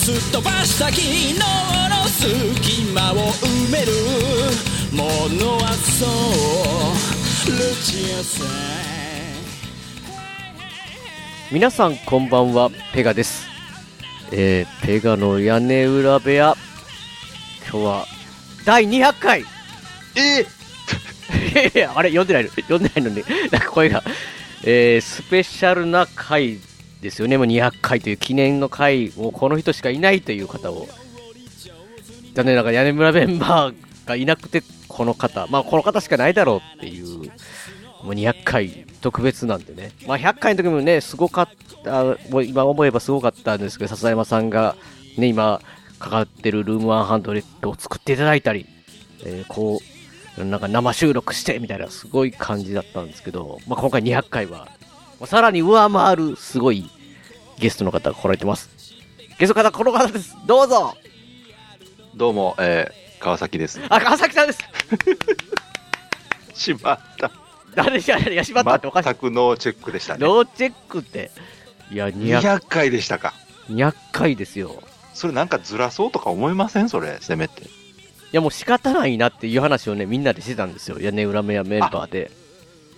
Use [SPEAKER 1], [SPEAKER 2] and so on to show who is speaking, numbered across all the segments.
[SPEAKER 1] すっ飛ばした昨日の隙間を埋めるものはそうルチアさん
[SPEAKER 2] 皆さんこんばんはペガです、えー、ペガの屋根裏部屋今日は第200回い
[SPEAKER 3] えー、
[SPEAKER 2] やいやあれ読んでないの読んでないのになんか声が、えー、スペシャルな回ですよねもう200回という記念の回もうこの人しかいないという方を残念ながら屋根裏メンバーがいなくてこの方まあこの方しかないだろうっていうもう200回特別なんでね、まあ、100回の時もねすごかったもう今思えばすごかったんですけど笹山さんが、ね、今かかってるルーム100を作っていただいたり、えーこうなんか生収録してみたいなすごい感じだったんですけど、まあ、今回200回は、まあさらに上回るすごいゲストの方が来られてますゲストの方この方ですどうぞ
[SPEAKER 3] どうも、えー、川崎です。
[SPEAKER 2] あ川崎さんです
[SPEAKER 3] しまった。
[SPEAKER 2] 誰じゃないやしまったっておかしい
[SPEAKER 3] 全くノーチェックでしたね。
[SPEAKER 2] ノーチェックっていや200
[SPEAKER 3] 200回でしたか。
[SPEAKER 2] 200回ですよ
[SPEAKER 3] それなんかずらそうとか思いませんそれ、せめて。
[SPEAKER 2] いやもう仕方ないなっていう話をね、みんなでしてたんですよ。屋根裏目やメンバーで。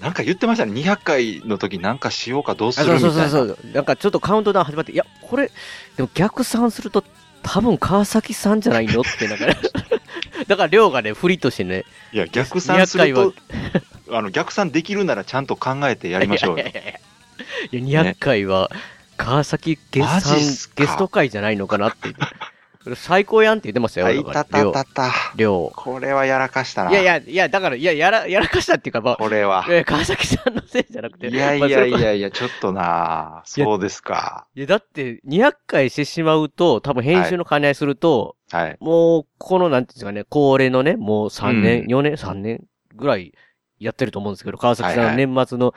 [SPEAKER 3] なんか言ってましたね。200回の時なんかしようかどうす
[SPEAKER 2] あ
[SPEAKER 3] る
[SPEAKER 2] そう
[SPEAKER 3] みた
[SPEAKER 2] そ
[SPEAKER 3] い
[SPEAKER 2] そ
[SPEAKER 3] う
[SPEAKER 2] う
[SPEAKER 3] な。
[SPEAKER 2] そう。なんかちょっとカウントダウン始まって、いや、これ、でも逆算すると多分川崎さんじゃないのって、 なんか、だから亮がね、不利としてね、
[SPEAKER 3] いや、逆算す
[SPEAKER 2] 200
[SPEAKER 3] る
[SPEAKER 2] 回は
[SPEAKER 3] と、、 あの、逆算できるならちゃんと考えてやりましょう
[SPEAKER 2] い
[SPEAKER 3] よ
[SPEAKER 2] や。いやいやいや、いや200回は川崎ゲスさん
[SPEAKER 3] マジっすか
[SPEAKER 2] ゲスト会じゃないのかなって。これ最高やんって言ってましたよ、
[SPEAKER 3] はい、
[SPEAKER 2] だ
[SPEAKER 3] た
[SPEAKER 2] から
[SPEAKER 3] た
[SPEAKER 2] 亮
[SPEAKER 3] たた。
[SPEAKER 2] 亮。
[SPEAKER 3] これはやらかしたな。
[SPEAKER 2] いやいや、いや、だから、いや、やら、やらかしたっていうか、まあ、
[SPEAKER 3] これは。
[SPEAKER 2] いや川崎さんのせいじゃなくて、
[SPEAKER 3] いやい
[SPEAKER 2] まあそ
[SPEAKER 3] や
[SPEAKER 2] れ
[SPEAKER 3] い
[SPEAKER 2] こそ
[SPEAKER 3] やいや、ちょっとなそうですか。
[SPEAKER 2] いや、だって、200回してしまうと、多分編集の兼ね合いすると、
[SPEAKER 3] はい。
[SPEAKER 2] もう、この、なんていうんですかね、恒例のね、もう3年、
[SPEAKER 3] うん
[SPEAKER 2] 4年、3年ぐらいやってると思うんですけど、川崎さ
[SPEAKER 3] はい
[SPEAKER 2] ん、
[SPEAKER 3] はい
[SPEAKER 2] 年末の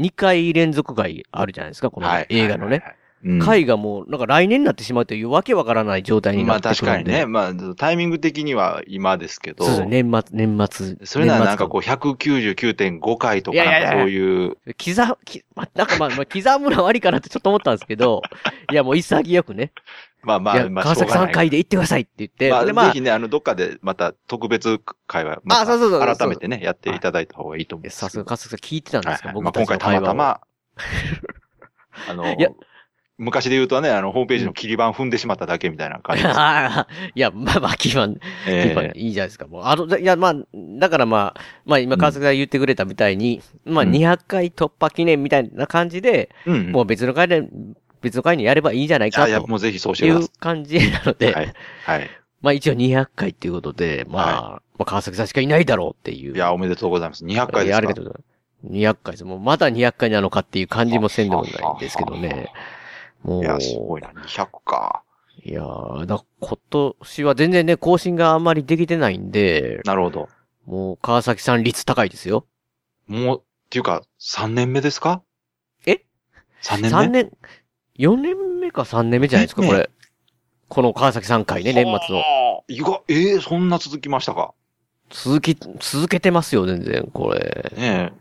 [SPEAKER 2] 2回連続回あるじゃないですか、この
[SPEAKER 3] はい。
[SPEAKER 2] 映画のね。
[SPEAKER 3] はい。うん
[SPEAKER 2] 回がもう、なんか来年になってしまうというわけわからない状態にな
[SPEAKER 3] ま
[SPEAKER 2] っ
[SPEAKER 3] あ
[SPEAKER 2] てくるん
[SPEAKER 3] 確
[SPEAKER 2] で。
[SPEAKER 3] かにね、。まあタイミング的には今ですけど、
[SPEAKER 2] そうそう、年末、年末。
[SPEAKER 3] それなら
[SPEAKER 2] 年末
[SPEAKER 3] なんかこう199.5回とか、
[SPEAKER 2] いやいやいや
[SPEAKER 3] なんかそういう、
[SPEAKER 2] 刻、きまなんかまあ、まあ、刻むのはありかなってちょっと思ったんですけど、いや、もう潔くね、
[SPEAKER 3] まあ ま
[SPEAKER 2] い
[SPEAKER 3] あ、
[SPEAKER 2] や
[SPEAKER 3] まあ、
[SPEAKER 2] 川崎さん回で行ってくださいって言って、
[SPEAKER 3] まあ、
[SPEAKER 2] で
[SPEAKER 3] ぜひね、あの、どっかでまた特別会話、ま
[SPEAKER 2] あそうそうそうそう
[SPEAKER 3] 改めてね、やっていただいた方がいいと思うん
[SPEAKER 2] え
[SPEAKER 3] です
[SPEAKER 2] さ
[SPEAKER 3] け
[SPEAKER 2] す
[SPEAKER 3] ど。
[SPEAKER 2] が、かすさん聞いてたん
[SPEAKER 3] は
[SPEAKER 2] で
[SPEAKER 3] い
[SPEAKER 2] すか、
[SPEAKER 3] はい、まあ
[SPEAKER 2] 僕た
[SPEAKER 3] 今
[SPEAKER 2] ちの
[SPEAKER 3] 回た
[SPEAKER 2] 会
[SPEAKER 3] また
[SPEAKER 2] 話を
[SPEAKER 3] ま、あ の
[SPEAKER 2] いや、
[SPEAKER 3] 昔で言うとね、あの、ホームページの切り板踏んでしまっただけみたいな 感じです。
[SPEAKER 2] あーいや、まあまあ、基盤、基
[SPEAKER 3] え
[SPEAKER 2] 盤、いいじゃないですか。もう、あの、だいや、まあ、だからまあ、まあ今、川崎さん言ってくれたみたいに、まあ、
[SPEAKER 3] うん
[SPEAKER 2] 200回突破記念みたいな感じで、
[SPEAKER 3] えうん。
[SPEAKER 2] もう別の回で、別の回にやればいいじゃないか
[SPEAKER 3] あいや、
[SPEAKER 2] と
[SPEAKER 3] もうぜひそうして
[SPEAKER 2] い
[SPEAKER 3] くだ
[SPEAKER 2] う
[SPEAKER 3] さ
[SPEAKER 2] 感じなの
[SPEAKER 3] い。
[SPEAKER 2] で、
[SPEAKER 3] はい。はい。
[SPEAKER 2] まあ一応200回っていうことで、まあ、まあ、川崎さんしかいないだろうっていう。
[SPEAKER 3] いや、おめでとうございます。200回
[SPEAKER 2] い
[SPEAKER 3] で
[SPEAKER 2] や
[SPEAKER 3] す
[SPEAKER 2] あり
[SPEAKER 3] か
[SPEAKER 2] がとうございます。200回です。もうまだ200回なのかっていう感じもせんでもないんですけどね。もう。
[SPEAKER 3] いや、すごいな。200か。
[SPEAKER 2] いやー、だ今年は全然ね、更新があんまりできてないんで、
[SPEAKER 3] なるほど。
[SPEAKER 2] もう川崎さん率高いですよ。
[SPEAKER 3] もう、っていうか、3年目ですか
[SPEAKER 2] え
[SPEAKER 3] ?3 年目
[SPEAKER 2] 3年、4年目か3年目じゃないですか、
[SPEAKER 3] ね
[SPEAKER 2] これ。この川崎さん回ね、年末の。
[SPEAKER 3] の。意外、えーそんな続きましたか
[SPEAKER 2] 続き、続けてますよ、全然、これ。
[SPEAKER 3] ね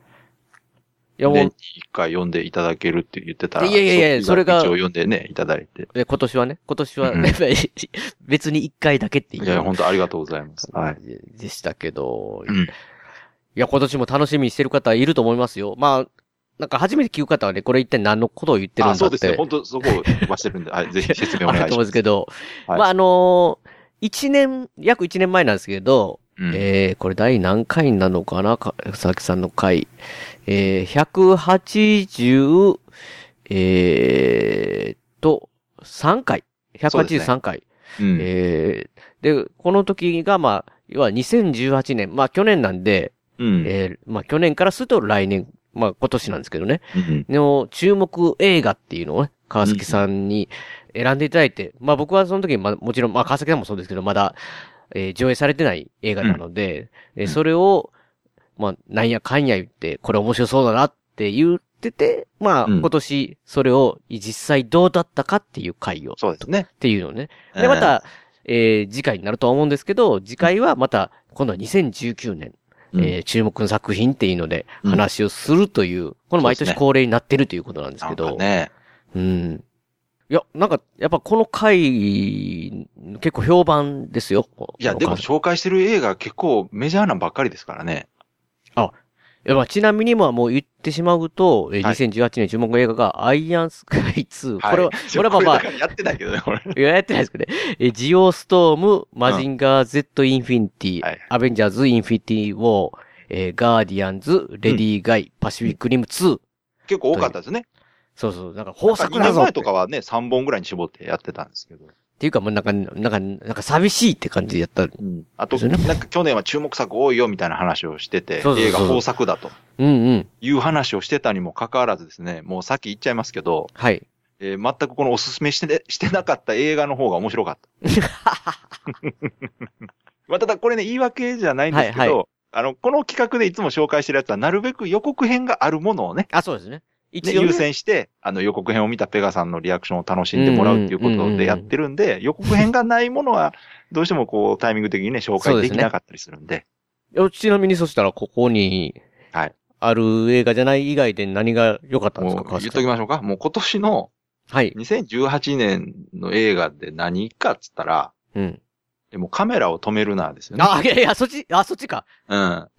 [SPEAKER 2] い
[SPEAKER 3] え。
[SPEAKER 2] や、も
[SPEAKER 3] 年
[SPEAKER 2] う
[SPEAKER 3] に、一回読んでいただけるって言ってたら。
[SPEAKER 2] いやいやいや
[SPEAKER 3] う
[SPEAKER 2] それが
[SPEAKER 3] 一応読んでね、いただいて。
[SPEAKER 2] え今年はね、今年は、
[SPEAKER 3] うん
[SPEAKER 2] 別に1回だけってい
[SPEAKER 3] いや、
[SPEAKER 2] う
[SPEAKER 3] 本当ありがとうございます。はい。
[SPEAKER 2] 感じでしたけど、
[SPEAKER 3] うん
[SPEAKER 2] いや、今年も楽しみにしてる方いると思いますよ。まあ、なんか初めて聞く方はね、これ一体何のことを言ってるんだ
[SPEAKER 3] あ、
[SPEAKER 2] って。
[SPEAKER 3] そうですね。本当そこを飛ばしてるんで、はい、ぜひ説明お
[SPEAKER 2] ある
[SPEAKER 3] 願
[SPEAKER 2] と
[SPEAKER 3] い
[SPEAKER 2] 思うんで
[SPEAKER 3] しま。
[SPEAKER 2] すすけど、
[SPEAKER 3] はい
[SPEAKER 2] まあ、あのー、一年、約一年前なんですけど、
[SPEAKER 3] うん
[SPEAKER 2] えー、これ第何回なのかなか佐々木さんの回。えー、180、えーっと、3回。
[SPEAKER 3] そうです
[SPEAKER 2] 183回。
[SPEAKER 3] うん
[SPEAKER 2] えー、で、この時が、まあ、要は2018年、まあ去年なんで、
[SPEAKER 3] うん
[SPEAKER 2] えー、まあ去年からすると来年、まあ今年なんですけどね。
[SPEAKER 3] うん
[SPEAKER 2] の注目映画っていうのをね、川崎さんに選んでいただいて、まあ僕はその時に、まあもちろん、まあ川崎さんもそうですけど、まだ、えー上映されてない映画なので、えー
[SPEAKER 3] うん
[SPEAKER 2] それを、まあなんやかんや言って、これ面白そうだなって言ってて、まあ
[SPEAKER 3] うん
[SPEAKER 2] 今年それを実際どうだったかっていう回を、
[SPEAKER 3] そうですね。
[SPEAKER 2] っていうのをね、
[SPEAKER 3] え
[SPEAKER 2] で、
[SPEAKER 3] ー
[SPEAKER 2] ま、た、えー次回になるとは思うんですけど、次回はまた、今度は2019年、
[SPEAKER 3] うん
[SPEAKER 2] えー注目の作品っていうので、
[SPEAKER 3] うん
[SPEAKER 2] 話をするという、この毎
[SPEAKER 3] そうで
[SPEAKER 2] 年
[SPEAKER 3] すね
[SPEAKER 2] 恒例になってるということなんです
[SPEAKER 3] な
[SPEAKER 2] け
[SPEAKER 3] ん
[SPEAKER 2] ど、
[SPEAKER 3] かね、
[SPEAKER 2] うん。いや、なんか、やっぱこの回、結構評判ですよ。
[SPEAKER 3] いや、でも紹介してる映画結構メジャーなんばっかりですからね。
[SPEAKER 2] いやまあちなみにももう言ってしまうと、えー
[SPEAKER 3] はい
[SPEAKER 2] 2018年注目の映画が、アイアンスカイ2。
[SPEAKER 3] はい
[SPEAKER 2] これは、これはまあ
[SPEAKER 3] これだからやってないけどね、 これ。
[SPEAKER 2] いや、やってないですけどね。えー、ジオストーム、マジンガー Z インフィニティ、
[SPEAKER 3] はい
[SPEAKER 2] アベンジャーズインフィニティウォー、えーガーディアンズ、レディーガイ、パシフィックリム2。
[SPEAKER 3] 結構多かったですね。
[SPEAKER 2] そうそう、なんか豊
[SPEAKER 3] なんか
[SPEAKER 2] 作
[SPEAKER 3] 2
[SPEAKER 2] だ
[SPEAKER 3] 年
[SPEAKER 2] ぞっ
[SPEAKER 3] 前
[SPEAKER 2] て。
[SPEAKER 3] とかはね、3本ぐらいに絞ってやってたんですけど。
[SPEAKER 2] っていうかもうなんか、なんか、なんか寂しいって感じでやった。うん
[SPEAKER 3] あと、
[SPEAKER 2] ですよね
[SPEAKER 3] なんか去年は注目作多いよみたいな話をしてて
[SPEAKER 2] そう、そうそう
[SPEAKER 3] 映画豊作だと
[SPEAKER 2] うん。
[SPEAKER 3] いう話をしてたにもかかわらずですね、もうさっき言っちゃいますけど、
[SPEAKER 2] はい。
[SPEAKER 3] えー全くこのおすすめして,、してなかった映画の方が面白かった。 まあ、ただこれね、言い訳じゃないんですけど、
[SPEAKER 2] はいは
[SPEAKER 3] あの、この企画でいつも紹介してるやつは、なるべく予告編があるものをね、
[SPEAKER 2] あ、そうですね。
[SPEAKER 3] ね
[SPEAKER 2] 一応、ね、
[SPEAKER 3] 優先して、あの予告編を見たペガさんのリアクションを楽しんでもらうっていうこ
[SPEAKER 2] うんうんうんう
[SPEAKER 3] と
[SPEAKER 2] んうん
[SPEAKER 3] でやってるんで、予告編がないものは、 どうしてもこう、タイミング的にね、紹介できなかったりするん で。
[SPEAKER 2] いやちなみにそしたらここに、
[SPEAKER 3] はい
[SPEAKER 2] ある映画じゃない以外で何が良かったんです
[SPEAKER 3] も
[SPEAKER 2] か、
[SPEAKER 3] う言
[SPEAKER 2] 川
[SPEAKER 3] っ
[SPEAKER 2] 崎
[SPEAKER 3] と
[SPEAKER 2] さん
[SPEAKER 3] きましょうか。もう今年の
[SPEAKER 2] はい。
[SPEAKER 3] 2018年の映画で何かっつったら、
[SPEAKER 2] うん。
[SPEAKER 3] でもうカメラを止めるなですよね。
[SPEAKER 2] あ、いやいや、そっち、あ、そっちか。
[SPEAKER 3] うん。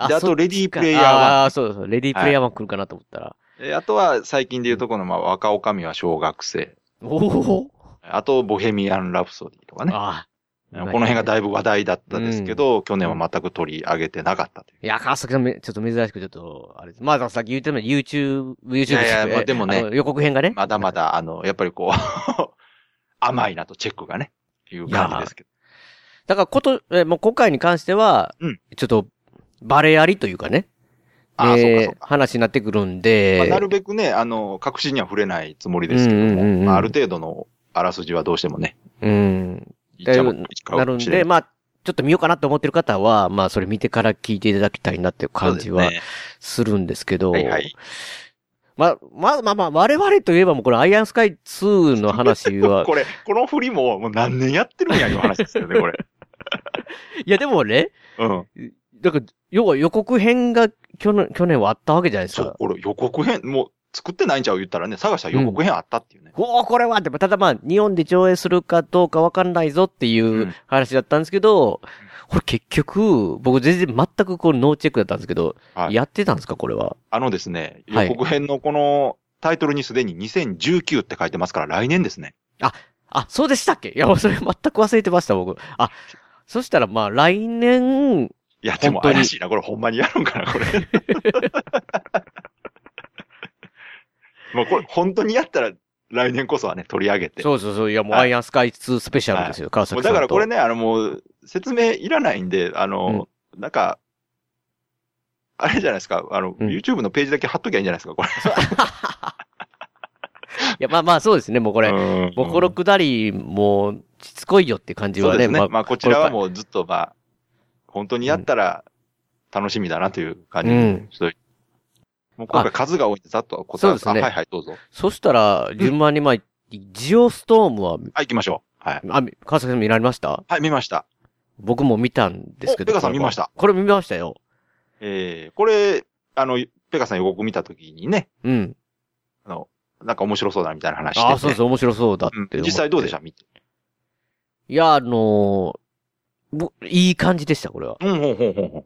[SPEAKER 3] で、あ
[SPEAKER 2] そ
[SPEAKER 3] と、
[SPEAKER 2] っ
[SPEAKER 3] レディ
[SPEAKER 2] ち
[SPEAKER 3] ー
[SPEAKER 2] か
[SPEAKER 3] プレイヤ
[SPEAKER 2] あーそうそう、レディープレイヤー1来るかなと思ったら。
[SPEAKER 3] ー1。えあとは、最近で言うとこの、まあ、若女将は小学生。
[SPEAKER 2] おお。
[SPEAKER 3] あと、ボヘミアン・ラプソディとかね。
[SPEAKER 2] あ
[SPEAKER 3] こ
[SPEAKER 2] あ。
[SPEAKER 3] の辺が
[SPEAKER 2] い
[SPEAKER 3] だいぶ話題だったですけど、去年は全く取り上げてなかったという。
[SPEAKER 2] や、川崎さんめ、ちょっと珍しく、ちょっと、あれです。まあ、だからさっき言ってたように YouTube、YouTube
[SPEAKER 3] いやいや
[SPEAKER 2] です
[SPEAKER 3] まあでもね
[SPEAKER 2] あの予告編がね。
[SPEAKER 3] まだまだ、あの、やっぱりこう、 甘いなとチェックがね、いう感じですけど。
[SPEAKER 2] だから、こと、え、もう今回に関しては、
[SPEAKER 3] うん
[SPEAKER 2] ちょっと、バレありというかね。
[SPEAKER 3] ああ、そうか
[SPEAKER 2] え
[SPEAKER 3] そう
[SPEAKER 2] ー
[SPEAKER 3] か。
[SPEAKER 2] 話になってくるん
[SPEAKER 3] まあ
[SPEAKER 2] で。
[SPEAKER 3] なるべくね、あの、確信には触れないつもりですけど
[SPEAKER 2] うんうんうんう
[SPEAKER 3] も、
[SPEAKER 2] ん
[SPEAKER 3] まあある程度のあらすじはどうしてもね、
[SPEAKER 2] うん。
[SPEAKER 3] 言っちゃうか
[SPEAKER 2] なる
[SPEAKER 3] も
[SPEAKER 2] ん
[SPEAKER 3] しれ
[SPEAKER 2] で、
[SPEAKER 3] ない。
[SPEAKER 2] まあ、ちょっと見ようかなと思ってる方は、まあ、それ見てから聞いていただきたいなっていう感じ
[SPEAKER 3] そ
[SPEAKER 2] は
[SPEAKER 3] うですね
[SPEAKER 2] するんですけど。
[SPEAKER 3] はいはい。
[SPEAKER 2] まあ、まあまあまあ、我々といえばもうこれ、アイアンスカイ2の話は、
[SPEAKER 3] これ、この振りももう何年やってるんやいう話ですよ ね、これ。
[SPEAKER 2] いやでもね、
[SPEAKER 3] うん。
[SPEAKER 2] だから、要は予告編が去年、去年はあったわけじゃないです
[SPEAKER 3] そう
[SPEAKER 2] か、。
[SPEAKER 3] これ予告編、もう作ってないんちゃう言ったらね、探したら予告編あったっていうね。
[SPEAKER 2] おーこれはって、ただまあ、日本で上映するかどうかわかんないぞっていううん話だったんですけど、これ結局、僕全然全くこうノーチェックだったんですけど、
[SPEAKER 3] はい
[SPEAKER 2] やってたんですかこれは。
[SPEAKER 3] あのですね、
[SPEAKER 2] は
[SPEAKER 3] 予
[SPEAKER 2] い
[SPEAKER 3] 告編のこのタイトルにすでに2019って書いてますから、来年ですね。
[SPEAKER 2] あ、そうでしたっけいや、もうそれ全く忘れてました、僕。あ、そしたらまあ、来年、
[SPEAKER 3] いや、でも
[SPEAKER 2] 本当に
[SPEAKER 3] 怪しいな。これほんまにやるんかな、これ。もうこれ本当にやったら来年こそはね、取り上げて。
[SPEAKER 2] そうそうそう、いやもう
[SPEAKER 3] はい
[SPEAKER 2] アイアンスカイ2スペシャルですよ、川
[SPEAKER 3] も
[SPEAKER 2] 崎
[SPEAKER 3] う
[SPEAKER 2] さん
[SPEAKER 3] だ
[SPEAKER 2] と。
[SPEAKER 3] からこれね、あのもう説明いらないんで、あの、なんか、あれじゃないですか、あの、
[SPEAKER 2] うん
[SPEAKER 3] YouTube のページだけ貼っときゃいいんじゃないですか、これ。
[SPEAKER 2] いや、まあまあ、そうですね、もうこれ。
[SPEAKER 3] うん
[SPEAKER 2] ボコロくだり、もう、しつこいよって感じ
[SPEAKER 3] そう
[SPEAKER 2] は
[SPEAKER 3] で
[SPEAKER 2] ね、
[SPEAKER 3] すね。まあ、こちらは
[SPEAKER 2] う。
[SPEAKER 3] もうずっとまあ、本当にやったら楽しみだなという感じ
[SPEAKER 2] うん
[SPEAKER 3] にしといてもう今回数が多いんで、ざっと答えます
[SPEAKER 2] そうですね
[SPEAKER 3] あはいはい、どうぞ。
[SPEAKER 2] そしたら、順番にまあ、ジオストームは、
[SPEAKER 3] はい、行きましょう。はい。
[SPEAKER 2] あ、み川崎さん見られました
[SPEAKER 3] はい、見ました。
[SPEAKER 2] 僕も見たんですけど。
[SPEAKER 3] おペガさん
[SPEAKER 2] これ
[SPEAKER 3] 見ました
[SPEAKER 2] これ見ましたよ。
[SPEAKER 3] えー、これ、あの、ペガさん予告見たときにね、
[SPEAKER 2] うん。
[SPEAKER 3] あの、なんか面白そうだみたいな話してて。
[SPEAKER 2] ああ、そうそう、面白そうだって思って、
[SPEAKER 3] うん実際どうでしたた見て。
[SPEAKER 2] いや、あのーぼいい感じでした、これは。
[SPEAKER 3] うん、ほんほんほんほん。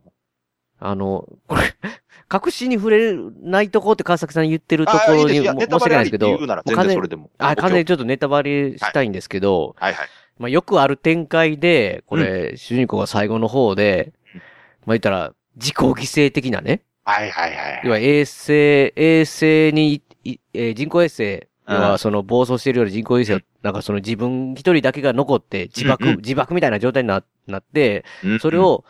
[SPEAKER 2] あの、これ、 隠しに触れないとこって川崎さん言ってるとこ
[SPEAKER 3] ああい
[SPEAKER 2] ろ
[SPEAKER 3] いです
[SPEAKER 2] に
[SPEAKER 3] いや
[SPEAKER 2] も
[SPEAKER 3] ネ
[SPEAKER 2] 申し
[SPEAKER 3] タバ
[SPEAKER 2] 訳
[SPEAKER 3] レ
[SPEAKER 2] ない
[SPEAKER 3] あ
[SPEAKER 2] んです
[SPEAKER 3] りっ
[SPEAKER 2] け
[SPEAKER 3] て
[SPEAKER 2] ど、
[SPEAKER 3] 言
[SPEAKER 2] も
[SPEAKER 3] う
[SPEAKER 2] う
[SPEAKER 3] なら全
[SPEAKER 2] 完
[SPEAKER 3] 然
[SPEAKER 2] 全
[SPEAKER 3] それでも。
[SPEAKER 2] あ、完全に
[SPEAKER 3] に。
[SPEAKER 2] ちょっとネタバレしたいんですけど、
[SPEAKER 3] はいはい。
[SPEAKER 2] まあ、よくある展開で、これ、主人公が最後の方で、まあ、言ったら、自己犠牲的なね。
[SPEAKER 3] はいはいはい。
[SPEAKER 2] 要は衛星、衛星に、いえー人工衛星、
[SPEAKER 3] うん
[SPEAKER 2] 要はその暴走してるより人工衛星を
[SPEAKER 3] う、
[SPEAKER 2] なんかその自分一人だけが残って、自爆、
[SPEAKER 3] うんうん
[SPEAKER 2] 自爆みたいな状態にななって、
[SPEAKER 3] うん
[SPEAKER 2] それ、
[SPEAKER 3] うん
[SPEAKER 2] を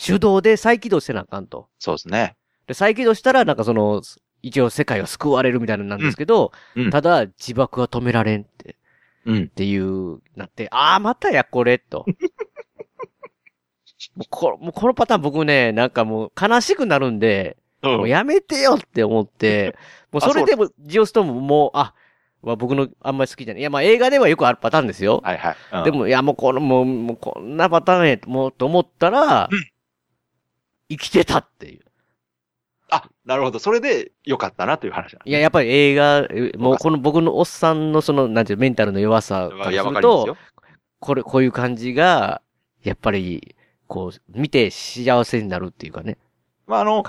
[SPEAKER 2] 手動で再起動せなあかんと。
[SPEAKER 3] そうですね。
[SPEAKER 2] で、再起動したら、なんかその、一応世界は救われるみたいなのなんですけど、
[SPEAKER 3] うんうん
[SPEAKER 2] ただ自爆は止められんって、
[SPEAKER 3] うん
[SPEAKER 2] っ。ていう、なって、ああ、またや、これ、 と。もうこもうこのパターン僕ね、なんかもう悲しくなるんで、もうやめてよって思って、 もうそれでもジオストームも、あ、は僕のあんまり好きじゃない。いや、まあ映画ではよくあるパターンですよ。
[SPEAKER 3] はいはい。うん
[SPEAKER 2] で、も、いや、もうこの、もう、もうこんなパターンや、もう、と思ったら、
[SPEAKER 3] うん
[SPEAKER 2] 生きてたっていう。
[SPEAKER 3] あ、なるほど。それで良かったなという話なんです
[SPEAKER 2] いや、やっぱり映画、えもうこの僕のおっさんのその、なんていうのメンタルの弱さから
[SPEAKER 3] いや、
[SPEAKER 2] す
[SPEAKER 3] わか
[SPEAKER 2] る
[SPEAKER 3] ります
[SPEAKER 2] と、
[SPEAKER 3] よ。
[SPEAKER 2] これ、こういう感じが、やっぱり、こう、見て幸せになるっていうかね。
[SPEAKER 3] まあ、あの、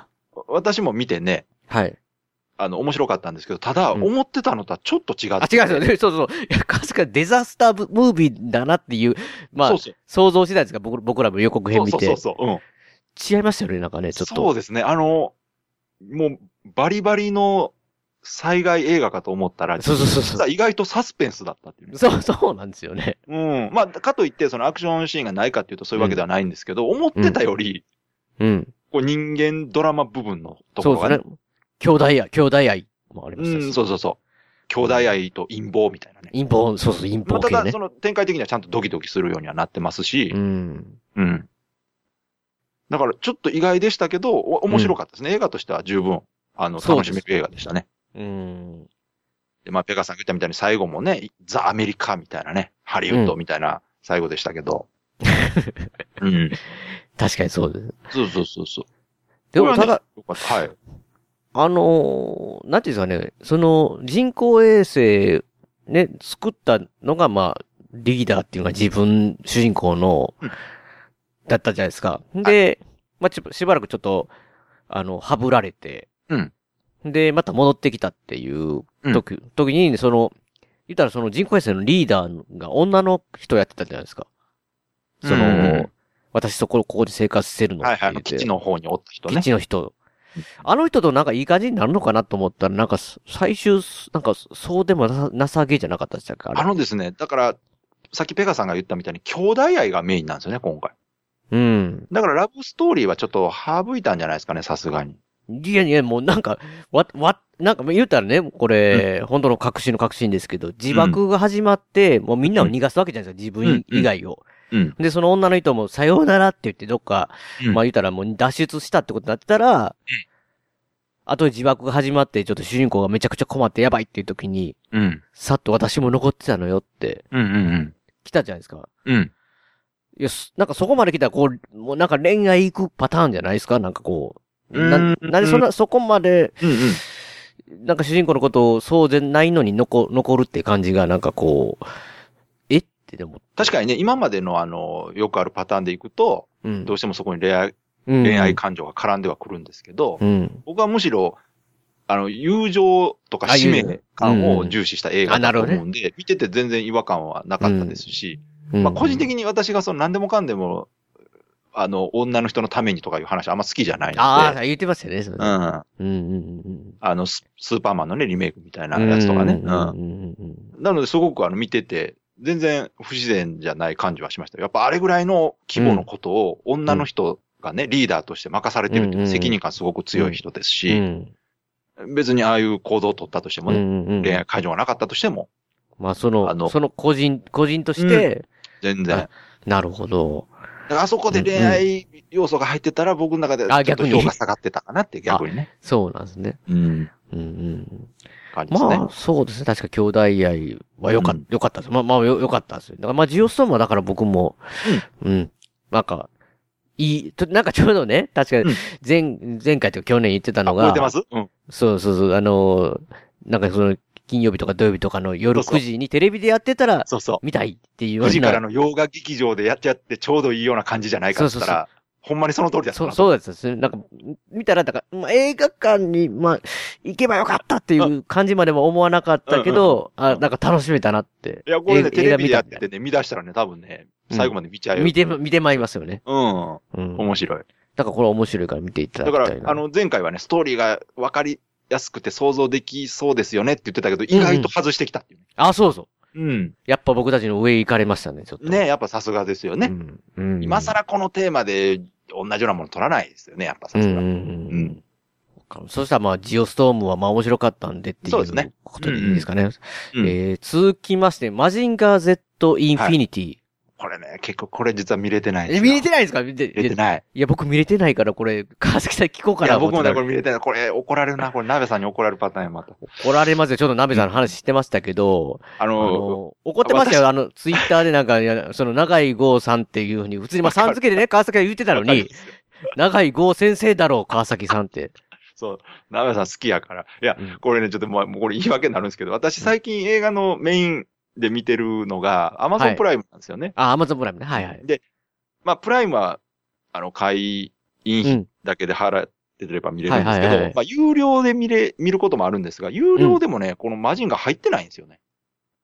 [SPEAKER 3] 私も見てね、
[SPEAKER 2] はい。
[SPEAKER 3] あの、面白かったんですけど、ただ、
[SPEAKER 2] うん
[SPEAKER 3] 思ってたのとはちょっと違う、
[SPEAKER 2] あ、違うんですよ。ね。そうそう。いや、かすかにデザスターブムービーだなっていう、まあ
[SPEAKER 3] そう、そう。
[SPEAKER 2] 想像してたんですが、僕僕らも予告編見
[SPEAKER 3] そうそ
[SPEAKER 2] て
[SPEAKER 3] う。そう。うん。
[SPEAKER 2] 違いましたよね、なんかね、ちょっ
[SPEAKER 3] そう
[SPEAKER 2] と。
[SPEAKER 3] ですね。あの、もう、バリバリの災害映画かと思ったら、
[SPEAKER 2] そうそうそうそ
[SPEAKER 3] 実は意外とサスペンスだったっていうね。
[SPEAKER 2] う。そう、そうなんですよね。
[SPEAKER 3] うん。まあ、かといって、そのアクションシーンがないかっていうとそういうわけではないんですけど、思ってたより、
[SPEAKER 2] うん。
[SPEAKER 3] こう人間ドラマ部分のとこ
[SPEAKER 2] そう
[SPEAKER 3] ろがね
[SPEAKER 2] で。すね。兄弟愛、兄弟愛もありましたし。
[SPEAKER 3] うん、そうそうそう。兄弟愛と陰謀みたいなね。
[SPEAKER 2] 陰謀、そうそう、陰
[SPEAKER 3] まあ
[SPEAKER 2] 謀
[SPEAKER 3] た
[SPEAKER 2] 系
[SPEAKER 3] だ、
[SPEAKER 2] ね
[SPEAKER 3] そ。の展開的にはちゃんとドキドキするようにはなってますし
[SPEAKER 2] う、ん。
[SPEAKER 3] うん。だから、ちょっと意外でしたけど、お面白かったですね。映画としては十分、あの、
[SPEAKER 2] そう
[SPEAKER 3] 楽
[SPEAKER 2] です
[SPEAKER 3] しめる映画でしたね。
[SPEAKER 2] うん。
[SPEAKER 3] で、まあ、ペガさんが言ったみたいに最後もね、ザ・アメリカみたいなね、ハリウッドみたいな最後でした けど。うん。
[SPEAKER 2] 確かにそうです。
[SPEAKER 3] そうそうそうそう。
[SPEAKER 2] でも、
[SPEAKER 3] これはね
[SPEAKER 2] ただ、
[SPEAKER 3] よかった。はい。
[SPEAKER 2] あのーなんていうんですかね、その、人工衛星、ね、作ったのが、まあ、リーダーっていうのが自分、主人公の
[SPEAKER 3] うん、
[SPEAKER 2] だったじゃないですか。で、まあ、ちょしばらくちょっと、あの、はぶられて、
[SPEAKER 3] うん
[SPEAKER 2] で、また戻ってきたっていう時、時に、その、言ったらその人工衛星のリーダーが女の人やってたじゃないですか。その、
[SPEAKER 3] うんうん
[SPEAKER 2] 私そこ、ここで生活してるのっ
[SPEAKER 3] はい
[SPEAKER 2] て
[SPEAKER 3] はい。
[SPEAKER 2] 言
[SPEAKER 3] あ
[SPEAKER 2] っ
[SPEAKER 3] の
[SPEAKER 2] て。
[SPEAKER 3] 基地の方におった人
[SPEAKER 2] 基
[SPEAKER 3] ね。
[SPEAKER 2] 地の人。あの人となんかいい感じになるのかなと思ったら、なんかす最終す、なんかそうでもなさなさげじゃなかったでしたっけあれ
[SPEAKER 3] あのですね、だから、さっきペガさんが言ったみたいに、兄弟愛がメインなんですよね、今回。
[SPEAKER 2] うん。
[SPEAKER 3] だから、ラブストーリーはちょっと省いたんじゃないですかね、さすがに。
[SPEAKER 2] いやいや、もうなんか、わ、わ、なんか言うたらね、これ、本当の確信の確信ですけど、自爆が始まって、もうみんなを逃がすわけじゃないですか、自分以外を。
[SPEAKER 3] うん。
[SPEAKER 2] で、その女の人も、さようならって言って、どっか、
[SPEAKER 3] うん
[SPEAKER 2] まあ言うたらもう脱出したってことになってたら、あとで自爆が始まって、ちょっと主人公がめちゃくちゃ困ってやばいっていう時に、
[SPEAKER 3] うん。
[SPEAKER 2] さっと私も残ってたのよって、
[SPEAKER 3] うんうん
[SPEAKER 2] 来たじゃないですか。
[SPEAKER 3] うん。うん。
[SPEAKER 2] いや、すなんかそこまで来たら、こう、もうなんか恋愛行くパターンじゃないですかなんかこう。な
[SPEAKER 3] う、ん
[SPEAKER 2] なんでそんな、そこまで、
[SPEAKER 3] うんうん。
[SPEAKER 2] なんか主人公のことをそうでないのに残、残るって感じが、なんかこう、えってでも、
[SPEAKER 3] 確かにね、今までのあの、よくあるパターンでいくと、
[SPEAKER 2] うん
[SPEAKER 3] どうしてもそこに恋愛、
[SPEAKER 2] うん
[SPEAKER 3] 恋愛感情が絡んではくるんですけど、
[SPEAKER 2] うん。
[SPEAKER 3] 僕はむしろ、あの、友情とか
[SPEAKER 2] あ
[SPEAKER 3] 使
[SPEAKER 2] 友
[SPEAKER 3] 命
[SPEAKER 2] 情
[SPEAKER 3] 感
[SPEAKER 2] う
[SPEAKER 3] を
[SPEAKER 2] ん
[SPEAKER 3] 重視した映画だと思うんで、見てて全然違和感はなかったですし、
[SPEAKER 2] うん
[SPEAKER 3] まあ個人的に私がその何でもかんでも、あの、女の人のためにとかいう話あんま好きじゃない
[SPEAKER 2] あ
[SPEAKER 3] ので、
[SPEAKER 2] あ、言ってましたよね、それ
[SPEAKER 3] う
[SPEAKER 2] ね
[SPEAKER 3] ん。
[SPEAKER 2] うん。うんうん
[SPEAKER 3] あのス、スーパーマンのね、リメイクみたいな
[SPEAKER 2] うん。
[SPEAKER 3] やつとかね。
[SPEAKER 2] う
[SPEAKER 3] う
[SPEAKER 2] うん
[SPEAKER 3] ん
[SPEAKER 2] うんうん
[SPEAKER 3] なので、すごくあの、見てて、全然不自然じゃない感じはしましたよ。やっぱあれぐらいの規模のことを女の人がね、リーダーとして任されてるっていううん責任感すごく強い人です
[SPEAKER 2] うん。う
[SPEAKER 3] し、
[SPEAKER 2] ん
[SPEAKER 3] 別にああいう行動を取ったとしても
[SPEAKER 2] う
[SPEAKER 3] ね、
[SPEAKER 2] んうん
[SPEAKER 3] 恋愛会場がなかったとしても、
[SPEAKER 2] まあ、そ
[SPEAKER 3] あの
[SPEAKER 2] の、その個人、個人として、
[SPEAKER 3] 全
[SPEAKER 2] はい
[SPEAKER 3] 然。
[SPEAKER 2] なるほど。
[SPEAKER 3] だからあそこで恋愛要素が入ってたら僕の中で
[SPEAKER 2] あ
[SPEAKER 3] ちょっ
[SPEAKER 2] 逆
[SPEAKER 3] と
[SPEAKER 2] に
[SPEAKER 3] 評価下がってたかなって逆にね、
[SPEAKER 2] そうなんですね。
[SPEAKER 3] うん、
[SPEAKER 2] うんうん。
[SPEAKER 3] 感じですね
[SPEAKER 2] まあ、。そうですね。確か兄弟愛はよかっ
[SPEAKER 3] うん
[SPEAKER 2] よかったです。まあまあよ、よかったですよ。だからまあ、ジオストームはだから僕も、うん。なんか、いい、となんかちょうどね、確か
[SPEAKER 3] うん
[SPEAKER 2] に、前、前回というか去年言ってたの
[SPEAKER 3] 覚え
[SPEAKER 2] が
[SPEAKER 3] て、ますうん。
[SPEAKER 2] そうそうそう、あのー、なんかその、金曜日とか土曜日とかの夜
[SPEAKER 3] そうそ
[SPEAKER 2] 9
[SPEAKER 3] う
[SPEAKER 2] 時にテレビでやってたら、
[SPEAKER 3] そうそう。
[SPEAKER 2] 見たいっていうよう
[SPEAKER 3] 9時から
[SPEAKER 2] な、
[SPEAKER 3] の洋画劇場でやってやってちょうどいいような感じじゃないかって言ったら、ほんまにその通りだった
[SPEAKER 2] そ
[SPEAKER 3] な
[SPEAKER 2] う、
[SPEAKER 3] と
[SPEAKER 2] そうですね。なんか、見たら、だから、まあ、映画館に、まあ、行けばよかったっていう感じまでは思わなかったけど、
[SPEAKER 3] んうん
[SPEAKER 2] あ、なんか楽しめたなって。
[SPEAKER 3] いや、これね、
[SPEAKER 2] え
[SPEAKER 3] テレビでやっ
[SPEAKER 2] 映画見たみた
[SPEAKER 3] て
[SPEAKER 2] い
[SPEAKER 3] てね、見出したらね、多分ね、
[SPEAKER 2] うん
[SPEAKER 3] 最後まで見ちゃうよ。
[SPEAKER 2] 見て、見てまいりますよね。
[SPEAKER 3] うん。
[SPEAKER 2] うん。
[SPEAKER 3] 面白い。
[SPEAKER 2] だからこれ面白いから見ていただ
[SPEAKER 3] だ
[SPEAKER 2] き
[SPEAKER 3] か
[SPEAKER 2] たい
[SPEAKER 3] ら
[SPEAKER 2] な。、
[SPEAKER 3] あの、前回はね、ストーリーが分かりやすくて想像できそうですよねって言ってたけど、意外と外してきたっていうね。
[SPEAKER 2] あ、そうそう。
[SPEAKER 3] うん。
[SPEAKER 2] やっぱ僕たちの上行かれましたね、ちょっと。
[SPEAKER 3] ねやっぱさすがですよね。
[SPEAKER 2] うん。うん。
[SPEAKER 3] 今更このテーマで同じようなもの取らないですよね、やっぱ
[SPEAKER 2] う
[SPEAKER 3] さ
[SPEAKER 2] ん。
[SPEAKER 3] す
[SPEAKER 2] うん
[SPEAKER 3] が。
[SPEAKER 2] う
[SPEAKER 3] う
[SPEAKER 2] う
[SPEAKER 3] ん
[SPEAKER 2] ん。
[SPEAKER 3] ん。
[SPEAKER 2] かそしたらまあ、ジオストームはまあ面白かったんでってい
[SPEAKER 3] そうです
[SPEAKER 2] う
[SPEAKER 3] ね
[SPEAKER 2] ことでいいですかね。
[SPEAKER 3] うん
[SPEAKER 2] えー続きまして、マジンガー Z インフィニティ。
[SPEAKER 3] これね、結構これ実は見れてないんです
[SPEAKER 2] え、
[SPEAKER 3] よ
[SPEAKER 2] 見れてないですか見て
[SPEAKER 3] 見れてない。
[SPEAKER 2] いや、僕見れてないから、これ、川崎さん聞こうか
[SPEAKER 3] い
[SPEAKER 2] な。
[SPEAKER 3] や、僕もね、こ
[SPEAKER 2] 思って
[SPEAKER 3] れ見れてない。これ怒られるな。これ、鍋さんに怒られるパターンや、また。
[SPEAKER 2] 怒られますよ。ちょっと鍋さんの話してましたけど、
[SPEAKER 3] あ
[SPEAKER 2] あ
[SPEAKER 3] の、
[SPEAKER 2] の、怒ってましたよ。あの、ツイッターでなんかいや、その、長井豪さんっていうふうに、普通に、まあ、さん付けでね、川崎が言ってたの
[SPEAKER 3] わかるん
[SPEAKER 2] に
[SPEAKER 3] で、すよ
[SPEAKER 2] 長井豪先生だろう、川崎さんって。
[SPEAKER 3] そう、鍋さん好きやから。いや
[SPEAKER 2] うん、
[SPEAKER 3] これね、ちょっともう、もうこれ言い訳になるんですけど、私最近映画のメインで見てるのが、アマゾ
[SPEAKER 2] はい
[SPEAKER 3] ンプライムなんですよね。
[SPEAKER 2] あ、アマゾンプライムね。はいはい。
[SPEAKER 3] で、まあ、プライムは、あの、会員
[SPEAKER 2] う
[SPEAKER 3] 費
[SPEAKER 2] ん。
[SPEAKER 3] だけで払ってれば見れるんです
[SPEAKER 2] はいは
[SPEAKER 3] け
[SPEAKER 2] いはいは
[SPEAKER 3] ど
[SPEAKER 2] い、
[SPEAKER 3] まあ、有料で見れ、見ることもあるんですが、有料でもね、このマジンが入ってないんですよね。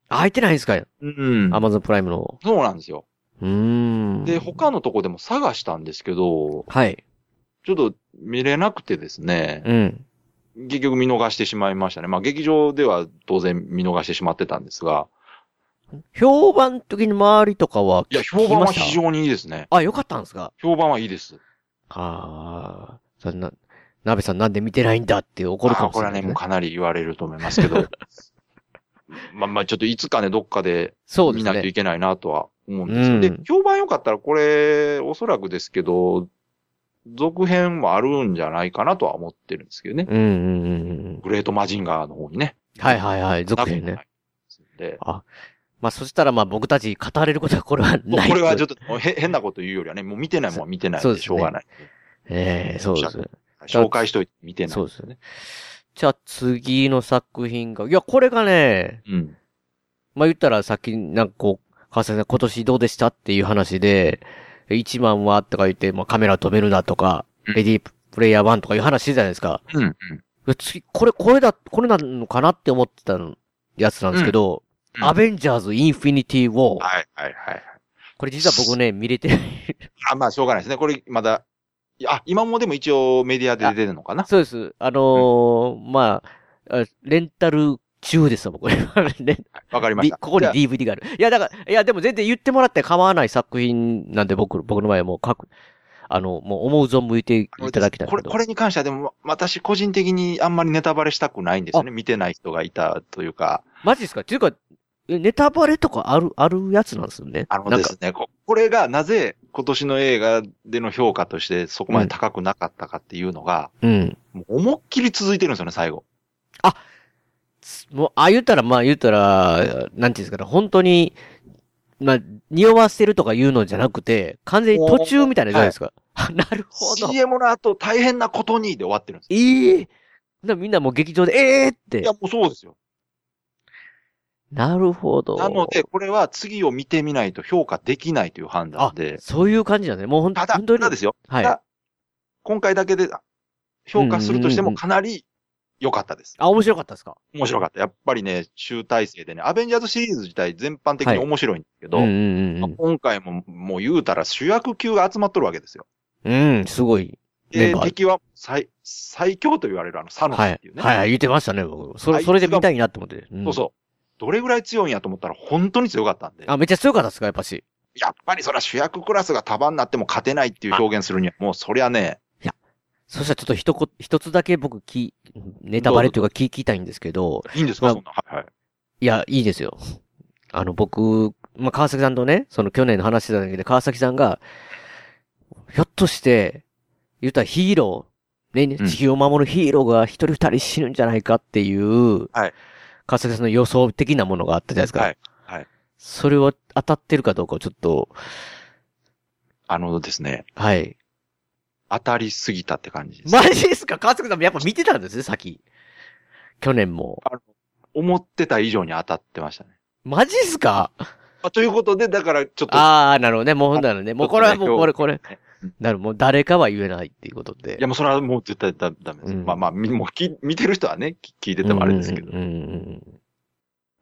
[SPEAKER 2] あ入ってないんですか
[SPEAKER 3] うん
[SPEAKER 2] アマゾンプライムの。
[SPEAKER 3] そうなんですよ。
[SPEAKER 2] うーん。
[SPEAKER 3] で、他のとこでも探したんですけど、
[SPEAKER 2] はい。
[SPEAKER 3] ちょっと見れなくてですね、
[SPEAKER 2] うん。
[SPEAKER 3] 結局見逃してしまいましたね。まあ劇場では当然見逃してしまってたんですが、
[SPEAKER 2] 評判的に周りとかはい
[SPEAKER 3] や、
[SPEAKER 2] 聞
[SPEAKER 3] 評
[SPEAKER 2] き
[SPEAKER 3] 判
[SPEAKER 2] ま
[SPEAKER 3] は
[SPEAKER 2] した
[SPEAKER 3] 非常にいいですね。
[SPEAKER 2] あ、よかったんですか
[SPEAKER 3] 評判はいいです。
[SPEAKER 2] ああ、そんな、鍋さんなんで見てないんだって怒るか
[SPEAKER 3] あ
[SPEAKER 2] もし
[SPEAKER 3] こ
[SPEAKER 2] れ
[SPEAKER 3] れ
[SPEAKER 2] な、
[SPEAKER 3] はいね、もうかなり言われると思います けど。まあまあ、ちょっといつかね、どっかで
[SPEAKER 2] そうで
[SPEAKER 3] 見
[SPEAKER 2] す
[SPEAKER 3] なきゃ
[SPEAKER 2] ね。
[SPEAKER 3] いけないなとは思うんですよ。
[SPEAKER 2] うん
[SPEAKER 3] で、評判良かったらこれ、おそらくですけど、続編もあるんじゃないかなとは思ってるんですけどね。
[SPEAKER 2] うんうんうんうん。
[SPEAKER 3] グレートマジンガーの方にね。
[SPEAKER 2] はいはいはい、続編
[SPEAKER 3] なく
[SPEAKER 2] ね。
[SPEAKER 3] もないで
[SPEAKER 2] まあそしたらまあ僕たち語れることはこれは
[SPEAKER 3] もう
[SPEAKER 2] ない。
[SPEAKER 3] これはちょ
[SPEAKER 2] っと。
[SPEAKER 3] っともうへ変なこと言うよりはね、もう見てないもんは見てない
[SPEAKER 2] そ
[SPEAKER 3] ん
[SPEAKER 2] う
[SPEAKER 3] で
[SPEAKER 2] です
[SPEAKER 3] し
[SPEAKER 2] ね
[SPEAKER 3] ょうがない。
[SPEAKER 2] ええそうです。
[SPEAKER 3] 紹介しといて見てない。
[SPEAKER 2] そうですね。じゃあ次の作品が、いやこれがね、
[SPEAKER 3] うん。
[SPEAKER 2] まあ言ったらさっきなんかこう、川崎さん今年どうでしたっていう話で、一番はとか言って、まあカメラ止めるなとか、
[SPEAKER 3] うん
[SPEAKER 2] レディープレイヤー1とかいう話してたじゃないですか。
[SPEAKER 3] うん、うん。
[SPEAKER 2] いや次、これ、これだ、これなのかなって思ってたのやつなんですけど、
[SPEAKER 3] うんうん
[SPEAKER 2] アベンジャーズ・インフィニティ・ウォー。
[SPEAKER 3] はい、はい、はい。
[SPEAKER 2] これ実は僕ね、見れてない。
[SPEAKER 3] あ、まあ、しょうがないですね。これ、まだ、いやあ、今もでも一応メディアで出てるのか な
[SPEAKER 2] そうです。あのーまあ、あレンタル中ですわ、僕。レン
[SPEAKER 3] はいわかりました。
[SPEAKER 2] ここに
[SPEAKER 3] じゃあ
[SPEAKER 2] DVD がある。いや、だから、いや、でも全然言ってもらって構わない作品なんで、僕、僕の場合はもう書く、あの、もう思う存分いていただきたいんだ
[SPEAKER 3] こ
[SPEAKER 2] け
[SPEAKER 3] れ、
[SPEAKER 2] ど。
[SPEAKER 3] これに関してはでも、私個人的にあんまりネタバレしたくないんですよね。見てない人がいたというか、
[SPEAKER 2] マジですかっていうか、えネタバレとかある、あるやつなんですよね。
[SPEAKER 3] あの
[SPEAKER 2] なん
[SPEAKER 3] で
[SPEAKER 2] か、
[SPEAKER 3] すね、ここれがなぜ今年の映画での評価としてそこまで高くなかったかっていうのが、
[SPEAKER 2] うん。
[SPEAKER 3] もう思いっきり続いてるんですよね、最後。
[SPEAKER 2] もう、あ、言うたら、まあ言うたら、なんていうんですかね、本当に、まあ、匂わせるとか言うのじゃなくて、完全に途中みたいなじゃないですか。あ なるほど。え
[SPEAKER 3] CM の後、大変なことにで終わってるんですよ。
[SPEAKER 2] えなみんなもう劇場で、ええっ
[SPEAKER 3] い
[SPEAKER 2] て
[SPEAKER 3] や、。もうそうですよ。
[SPEAKER 2] なるほど。
[SPEAKER 3] なので、これは次を見てみないと評価できないという判
[SPEAKER 2] あ
[SPEAKER 3] 断で、、
[SPEAKER 2] そういう感じなんですね。もうほん
[SPEAKER 3] ただ、
[SPEAKER 2] 本当
[SPEAKER 3] ただで
[SPEAKER 2] に。
[SPEAKER 3] すよ。
[SPEAKER 2] はい。
[SPEAKER 3] た
[SPEAKER 2] あ、
[SPEAKER 3] だ今回だけであ評価するとして
[SPEAKER 2] うんうんうんう
[SPEAKER 3] も
[SPEAKER 2] ん
[SPEAKER 3] かなり良かったです。
[SPEAKER 2] 面白かったですか
[SPEAKER 3] 面白かった。やっぱりね、集大成でね、アベンジャーズシリーズ自体全般的に面白いんですけど、
[SPEAKER 2] うんうんうん
[SPEAKER 3] 今回ももう言うたら主役級が集まっとるわけですよ。
[SPEAKER 2] うん。うん、すごい。メン
[SPEAKER 3] で
[SPEAKER 2] バー、
[SPEAKER 3] 敵は最、最強と言われるあのサノス
[SPEAKER 2] は
[SPEAKER 3] っ
[SPEAKER 2] い
[SPEAKER 3] てい。うね。
[SPEAKER 2] はいはい、言ってましたね、僕。そ
[SPEAKER 3] あ
[SPEAKER 2] れ、
[SPEAKER 3] いつ
[SPEAKER 2] そ
[SPEAKER 3] が
[SPEAKER 2] れで見たいなって思って。
[SPEAKER 3] そうそう。どれぐらい強いんやと思ったら本当に強かったんで
[SPEAKER 2] うん。、あ、めっちゃ強かったですか、やっぱし。
[SPEAKER 3] やっぱりそれは主役クラスが束になっても勝てないっていう表現するには、もうそりゃね、
[SPEAKER 2] そしたらちょっと一こ、一つだけ僕き、ネタバレというか聞きたいんですけど、
[SPEAKER 3] いいんです
[SPEAKER 2] まあ
[SPEAKER 3] か、そんな。はいはい。
[SPEAKER 2] いや、いいですよ。あの、僕、まあ、川崎さんとね、その去年の話してたんだけど、川崎さんが、ひょっとして、言ったらヒーロー、ね、
[SPEAKER 3] うん
[SPEAKER 2] 地球を守るヒーローが一人二人死ぬんじゃないかっていう、
[SPEAKER 3] はい
[SPEAKER 2] 川崎さんの予想的なものがあったじゃないですか。
[SPEAKER 3] はいはい
[SPEAKER 2] それは当たってるかどうかをちょっと、
[SPEAKER 3] あのですね、
[SPEAKER 2] はい。
[SPEAKER 3] 当たりすぎたって感じです。
[SPEAKER 2] マジですか川崎さんもやっぱ見てたんですね、先。去年も。
[SPEAKER 3] 思ってた以上に当たってましたね。
[SPEAKER 2] マジっすか
[SPEAKER 3] あということで、だからちょっと、
[SPEAKER 2] ああ、なるほどね。もうほんならね。もうこれはもうこれこれ
[SPEAKER 3] うん。
[SPEAKER 2] なるもう誰かは言えないっていうことで。
[SPEAKER 3] いやもうそれはもう絶対だダメです。
[SPEAKER 2] うん
[SPEAKER 3] まあまあ、みもうき見てる人はね、き聞いててもあれですけど。
[SPEAKER 2] うんうんうんうん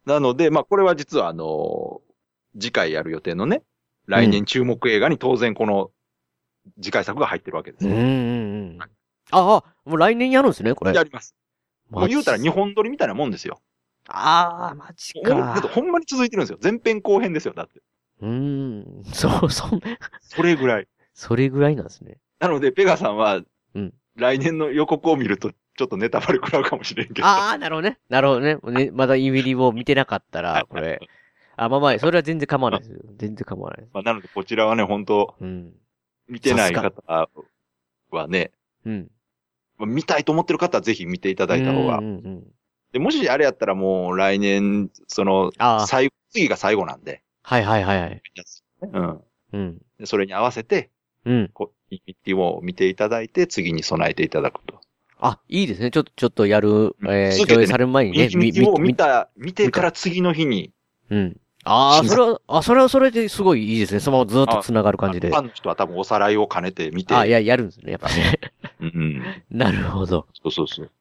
[SPEAKER 3] なので、まあこれは実はあのー次回やる予定のね、来年注目映画に当然この次回作が入ってるわけです
[SPEAKER 2] うん。うんう
[SPEAKER 3] ね。
[SPEAKER 2] んうん。ああ、もう来年やるんですね、これ。
[SPEAKER 3] やります。も
[SPEAKER 2] マ
[SPEAKER 3] う
[SPEAKER 2] ジ
[SPEAKER 3] 言うたら日本撮りみたいなもんですよ。
[SPEAKER 2] ああ、マジ
[SPEAKER 3] ほんだ
[SPEAKER 2] か
[SPEAKER 3] って。ほんまに続いてるんですよ。前編後編ですよ、だって。
[SPEAKER 2] うん。そう、そう。
[SPEAKER 3] それぐらい。
[SPEAKER 2] それぐらいなんですね。
[SPEAKER 3] なので、ペガさんは
[SPEAKER 2] うん、
[SPEAKER 3] 来年の予告を見るとちょっとネタバレ食らうかもしれんけど。
[SPEAKER 2] ああ、なるほどね。なるほどね。ねまだインフィニを見てなかったら、これ。あ、まあまあ、それは全然構わないですよ。全然構わないです。
[SPEAKER 3] まあなので、こちらはね、本当
[SPEAKER 2] うん。
[SPEAKER 3] 見てない方はね、
[SPEAKER 2] うん。
[SPEAKER 3] まあ見たいと思ってる方はぜひ見ていただいた方が
[SPEAKER 2] うん。うんうん
[SPEAKER 3] でもしあれやったらもう来年、その、
[SPEAKER 2] ああ、
[SPEAKER 3] 最後、次が最後なんで。
[SPEAKER 2] はいはいはいはい。
[SPEAKER 3] うん。
[SPEAKER 2] うん。
[SPEAKER 3] でそれに合わせて、
[SPEAKER 2] うん。
[SPEAKER 3] こう、インフィニティを見ていただいて、次に備えていただくと。
[SPEAKER 2] あ、いいですね。ちょっと、ちょっとやる、えー、
[SPEAKER 3] 続けて
[SPEAKER 2] 上
[SPEAKER 3] ね
[SPEAKER 2] 映される前に
[SPEAKER 3] イン
[SPEAKER 2] ね、
[SPEAKER 3] フィニティを見た、見て
[SPEAKER 2] 見た
[SPEAKER 3] から次の日に、
[SPEAKER 2] うん。ああ、そ
[SPEAKER 3] 新作
[SPEAKER 2] れは、あ、それはそれですごいいいですね。そのままずっと繋がる
[SPEAKER 3] あ
[SPEAKER 2] 感
[SPEAKER 3] の
[SPEAKER 2] じ
[SPEAKER 3] フ
[SPEAKER 2] で。
[SPEAKER 3] ァ
[SPEAKER 2] あ
[SPEAKER 3] ンの人は多分おさらいを兼ねて見て、
[SPEAKER 2] いや、やるんですね、やっぱね。
[SPEAKER 3] うんうん。
[SPEAKER 2] なるほど。
[SPEAKER 3] そうそうそう。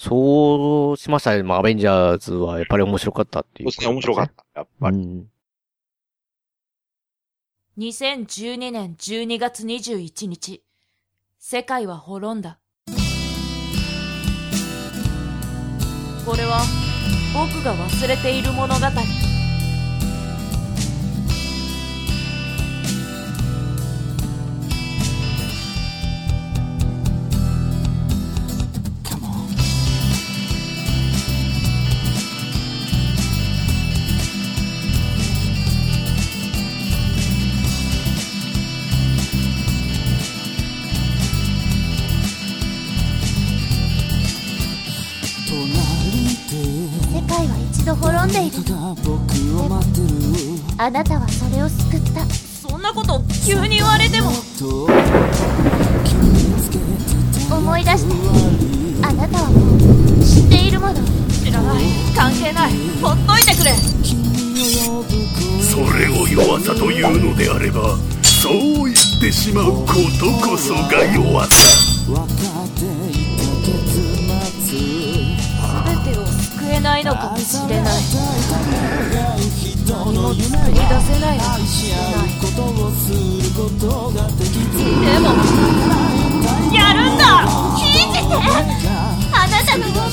[SPEAKER 2] そうしましたね。まあ、アベンジャーズはやっぱり面白かったってい
[SPEAKER 3] そ
[SPEAKER 2] うう、
[SPEAKER 3] ですね、面白かった。やっぱり。
[SPEAKER 2] うん。
[SPEAKER 4] 2012年12月21日、世界は滅んだ。これは僕が忘れている物語。
[SPEAKER 5] 世界は一度滅んでいるあなたはそれを救った
[SPEAKER 4] そんなこと急に言われても、
[SPEAKER 5] 思い出したあなたはもう知っているもの
[SPEAKER 4] 知らない。関係ない。ほっといてくれ。
[SPEAKER 6] それを弱さというのであればそう言ってしまうことこそが弱さ
[SPEAKER 4] 全てを救えないのかもしれない。何も作り出せないのかもしれない。でも、やるんだ
[SPEAKER 5] 信じてあなたの思う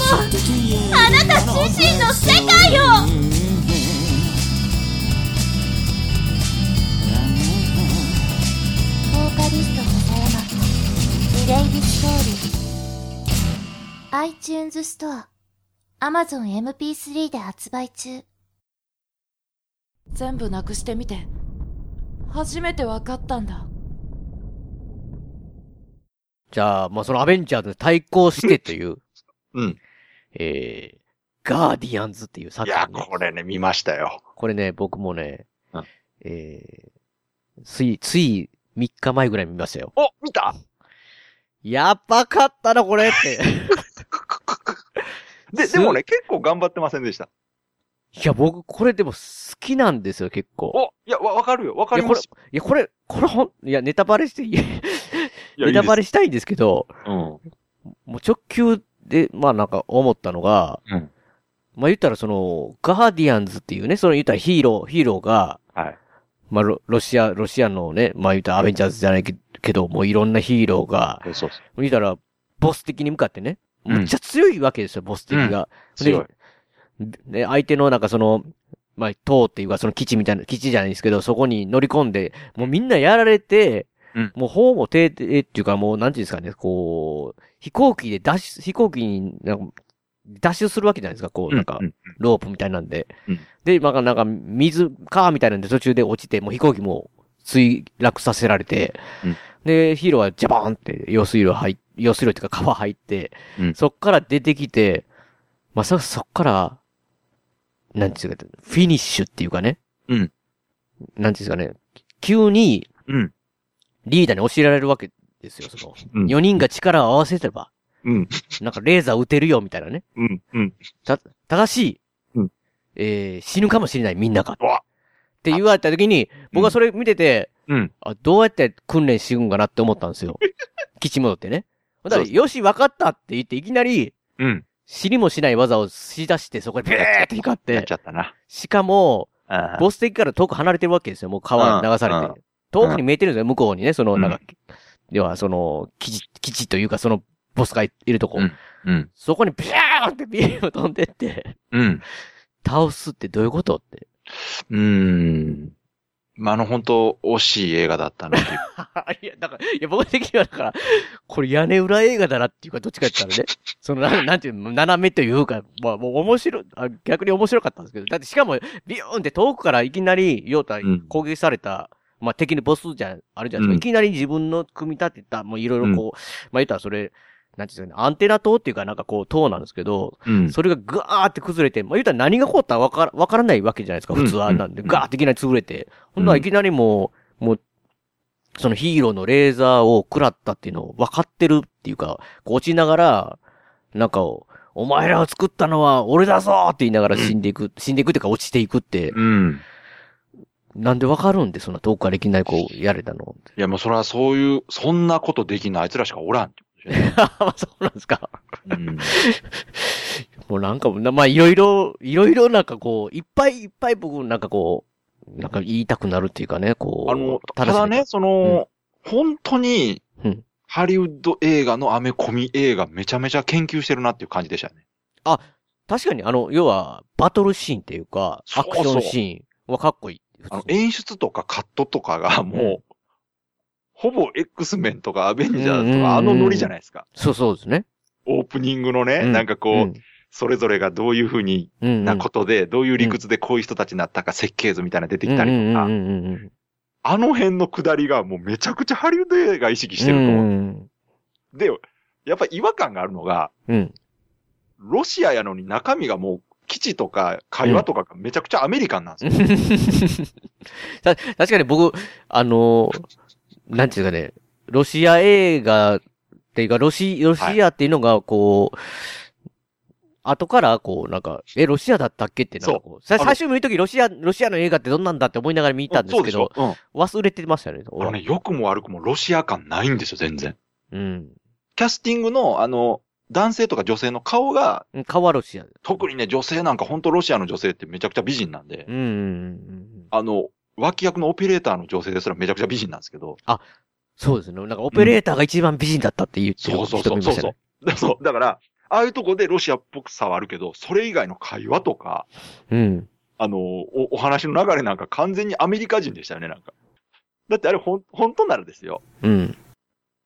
[SPEAKER 5] あなた自身の世界をボーカリスト笹山リレイビストーリー iTunes ストア AmazonMP3 で発売中
[SPEAKER 4] 全部なくしてみて初めて分かったんだ
[SPEAKER 2] じゃあ、まあ、そのアベンジャーズに対抗してという、
[SPEAKER 3] うん。
[SPEAKER 2] えー、ガーディアンズっていう
[SPEAKER 3] い
[SPEAKER 2] 作
[SPEAKER 3] や、
[SPEAKER 2] 品、ね。
[SPEAKER 3] これね、見ましたよ。
[SPEAKER 2] これね、僕もね、
[SPEAKER 3] うん
[SPEAKER 2] えー、つい、つい3日前ぐらい見ましたよ。
[SPEAKER 3] お 見た
[SPEAKER 2] やばかったな、これって。
[SPEAKER 3] で、
[SPEAKER 2] す
[SPEAKER 3] でもね、結構頑張ってませんでした。
[SPEAKER 2] いや、僕、これでも好きなんですよ、結構。
[SPEAKER 3] おいや、わ、わかるよ。わか
[SPEAKER 2] い
[SPEAKER 3] り
[SPEAKER 2] や、こ
[SPEAKER 3] ま
[SPEAKER 2] れ、い
[SPEAKER 3] す
[SPEAKER 2] や、これ、これほん、いや、ネタバレしていい、
[SPEAKER 3] よ。
[SPEAKER 2] ネタバ
[SPEAKER 3] レ。
[SPEAKER 2] レしたいんですけど、
[SPEAKER 3] うん。
[SPEAKER 2] もう直球で、まあなんか思ったのが、
[SPEAKER 3] うん
[SPEAKER 2] まあ言ったらその、ガーディアンズっていうね、その言ったらヒーロー、ヒーローが、
[SPEAKER 3] はい。
[SPEAKER 2] まあロロシア、ロシアのね、まあ言ったらアベンジャーズじゃないけけど、もういろんなヒーローが、
[SPEAKER 3] そうそう。
[SPEAKER 2] 言ったら、ボス的に向かってね、むっちゃ強いわけですよ、ボス的が。で
[SPEAKER 3] 強い。
[SPEAKER 2] で、相手のなんかその、まあ、塔っていうかその基地みたいな、基地じゃないですけど、そこに乗り込んで、もうみんなやられて、
[SPEAKER 3] うん
[SPEAKER 2] もう方も停停っていうかもうなんていうんですかね、こう、飛行機で脱出、飛行機になんか脱出するわけじゃないですか、こう、なんか
[SPEAKER 3] う、ん
[SPEAKER 2] ロープみたいなんで。
[SPEAKER 3] うん
[SPEAKER 2] で、まあ、なんか、水、カーみたいなんで途中で落ちて、もう飛行機も墜落させられて、
[SPEAKER 3] うん
[SPEAKER 2] で、ヒーローはジャバーンって、用水路入っ、用水路っていうか川入って、
[SPEAKER 3] うん
[SPEAKER 2] そっから出てきて、まさかそっから、なんていうんですか、フィニッシュっていうかね。
[SPEAKER 3] うん
[SPEAKER 2] なんていうんですかね、急に
[SPEAKER 3] うん。
[SPEAKER 2] リーダーに教えられるわけですよ、その。
[SPEAKER 3] うん
[SPEAKER 2] 4人が力を合わせれば、
[SPEAKER 3] うん。
[SPEAKER 2] なんかレーザー撃てるよ、みたいなね。
[SPEAKER 3] うん。うん。
[SPEAKER 2] た、正しい、
[SPEAKER 3] うん
[SPEAKER 2] えー、死ぬかもしれない、みんなが。っ
[SPEAKER 3] うわ
[SPEAKER 2] て言われた時に、僕はそれ見てて、
[SPEAKER 3] うん。
[SPEAKER 2] あ、どうやって訓練していくんかなって思ったんです よ。基地戻ってね。だから、
[SPEAKER 3] そう
[SPEAKER 2] よし、分かったって言って、いきなり、
[SPEAKER 3] うん。
[SPEAKER 2] 死にもしない技をし出して、そこでビーって光っ
[SPEAKER 3] やってち、ゃったな。
[SPEAKER 2] しかも、
[SPEAKER 3] あ
[SPEAKER 2] ボス敵から遠く離れてるわけですよ。もう川に流さ
[SPEAKER 3] うん
[SPEAKER 2] れ
[SPEAKER 3] うん
[SPEAKER 2] て。遠くに見えてるんですよ、向こうにね。その、なんか
[SPEAKER 3] う、
[SPEAKER 2] 要は、その、基地、基地というか、その、ボスがいるとこ。
[SPEAKER 3] んうん。
[SPEAKER 2] そこにビャーンってビーム飛んでって、
[SPEAKER 3] うん。
[SPEAKER 2] 倒すってどういうことって。
[SPEAKER 3] うーん。まあ、あの、本当惜しい映画だったなっていう。
[SPEAKER 2] いや、だから、いや、僕的にはだから、これ屋根裏映画だなっていうか、どっちかって言った らね、その、なんなんていうの、斜めというか、まあ、もう面白い、あ逆に面白かったんですけど、だってしかも、ビヨーンって遠くからいきなり、ヨータ
[SPEAKER 3] うん
[SPEAKER 2] 攻撃された、まあ、敵のボスじゃん、あるじゃないですか。
[SPEAKER 3] うん
[SPEAKER 2] いきなり自分の組み立てた、もういろいろこう、まあ、言ったらそれ、なんていうんですかね、アンテナ塔っていうか、なんかこう、塔なんですけど、
[SPEAKER 3] うん。
[SPEAKER 2] それがガーって崩れて、まあ、言うたら何が起こったらわから、わからないわけじゃないですか、普通は。
[SPEAKER 3] うん
[SPEAKER 2] なんで、
[SPEAKER 3] うん
[SPEAKER 2] ガーっていきなり潰れて。ほんなら
[SPEAKER 3] うん
[SPEAKER 2] いきなりもう、もう、そのヒーローのレーザーを食らったっていうのを分かってるっていうか、こう落ちながら、なんか、お前らを作ったのは俺だぞって言いながら死んでいく、死んでいくっていうか落ちていくって、
[SPEAKER 3] うん。
[SPEAKER 2] なんでわかるんで、そんな遠くからいきなりこう、やれたの。
[SPEAKER 3] いや、もうそれはそういう、そんなことできないあいつらしかおらんってことですよね。
[SPEAKER 2] あそうなんですか。
[SPEAKER 3] うん。
[SPEAKER 2] もうなんかもうな、まあいろいろ、いろいろなんかこう、いっぱいいっぱい僕なんかこう、なんか言いたくなるっていうかね、こう。
[SPEAKER 3] あの、た
[SPEAKER 2] 正しい
[SPEAKER 3] だね、、その、本当に
[SPEAKER 2] うん、
[SPEAKER 3] ハリウッド映画のアメコミ映画めちゃめちゃ研究してるなっていう感じでしたね。
[SPEAKER 2] 確かにあの、要は、バトルシーンっていうか、
[SPEAKER 3] そ
[SPEAKER 2] ア
[SPEAKER 3] うそう
[SPEAKER 2] クションシーンはかっこいい。普
[SPEAKER 3] あの
[SPEAKER 2] 通、に
[SPEAKER 3] 演出とかカットとかがもう、ほぼ X メンとかアベンジャーズ
[SPEAKER 2] うんうんう
[SPEAKER 3] と
[SPEAKER 2] ん
[SPEAKER 3] かあのノリじゃないですか。
[SPEAKER 2] そうそうですね。
[SPEAKER 3] オープニングのね、
[SPEAKER 2] うん
[SPEAKER 3] なんかこう、
[SPEAKER 2] うん
[SPEAKER 3] それぞれがどういうふうに
[SPEAKER 2] うんうん。
[SPEAKER 3] なことで、どういう理屈でこういう人たちになったか設計図みたいなの出てきたりとか、
[SPEAKER 2] うんうんうんうんうん。
[SPEAKER 3] あの辺の下りがもうめちゃくちゃハリウッド映画意識してると思う。
[SPEAKER 2] うん
[SPEAKER 3] で、やっぱ違和感があるのが、
[SPEAKER 2] うんうん。
[SPEAKER 3] ロシアやのに中身がもう基地とか会話とかがめちゃくちゃアメリカンなんですよ。
[SPEAKER 2] た確かに僕、あのー、なんていうかね、ロシア映画っていうか、ロシ、ロシアっていうのが、こう、後から、こう、なんか、え、ロシアだったっけって、なんかこう、さ
[SPEAKER 3] あの
[SPEAKER 2] 最初見るとき、ロシア、ロシアの映画ってどんなんだって思いながら見たんですけ
[SPEAKER 3] そ
[SPEAKER 2] ど、
[SPEAKER 3] うでしょ。うん。
[SPEAKER 2] 忘れてましたね、
[SPEAKER 3] あ
[SPEAKER 2] 俺
[SPEAKER 3] の
[SPEAKER 2] は
[SPEAKER 3] ね、良くも悪くもロシア感ないんですよ、全然。
[SPEAKER 2] うん。
[SPEAKER 3] キャスティングの、あの、男性とか女性の顔が、
[SPEAKER 2] 顔はロシア。うん
[SPEAKER 3] 特にね、女性なんか本当ロシアの女性ってめちゃくちゃ美人なんで、
[SPEAKER 2] うんうんうん。
[SPEAKER 3] あの、脇役のオペレーターの女性ですらめちゃくちゃ美人なんですけど、
[SPEAKER 2] そうですね。なんか、オペレーターが一番美人だったって言ってる
[SPEAKER 3] そうそう
[SPEAKER 2] 人
[SPEAKER 3] そ
[SPEAKER 2] 見
[SPEAKER 3] う
[SPEAKER 2] ました
[SPEAKER 3] そうそ
[SPEAKER 2] ね。
[SPEAKER 3] う。だそう。だから、ああいうとこでロシアっぽくさはあるけど、それ以外の会話とか、
[SPEAKER 2] うん。
[SPEAKER 3] あの、おお話の流れなんか完全にアメリカ人でしたよね、なんか。だってあれほん、本当ならですよ。
[SPEAKER 2] うん。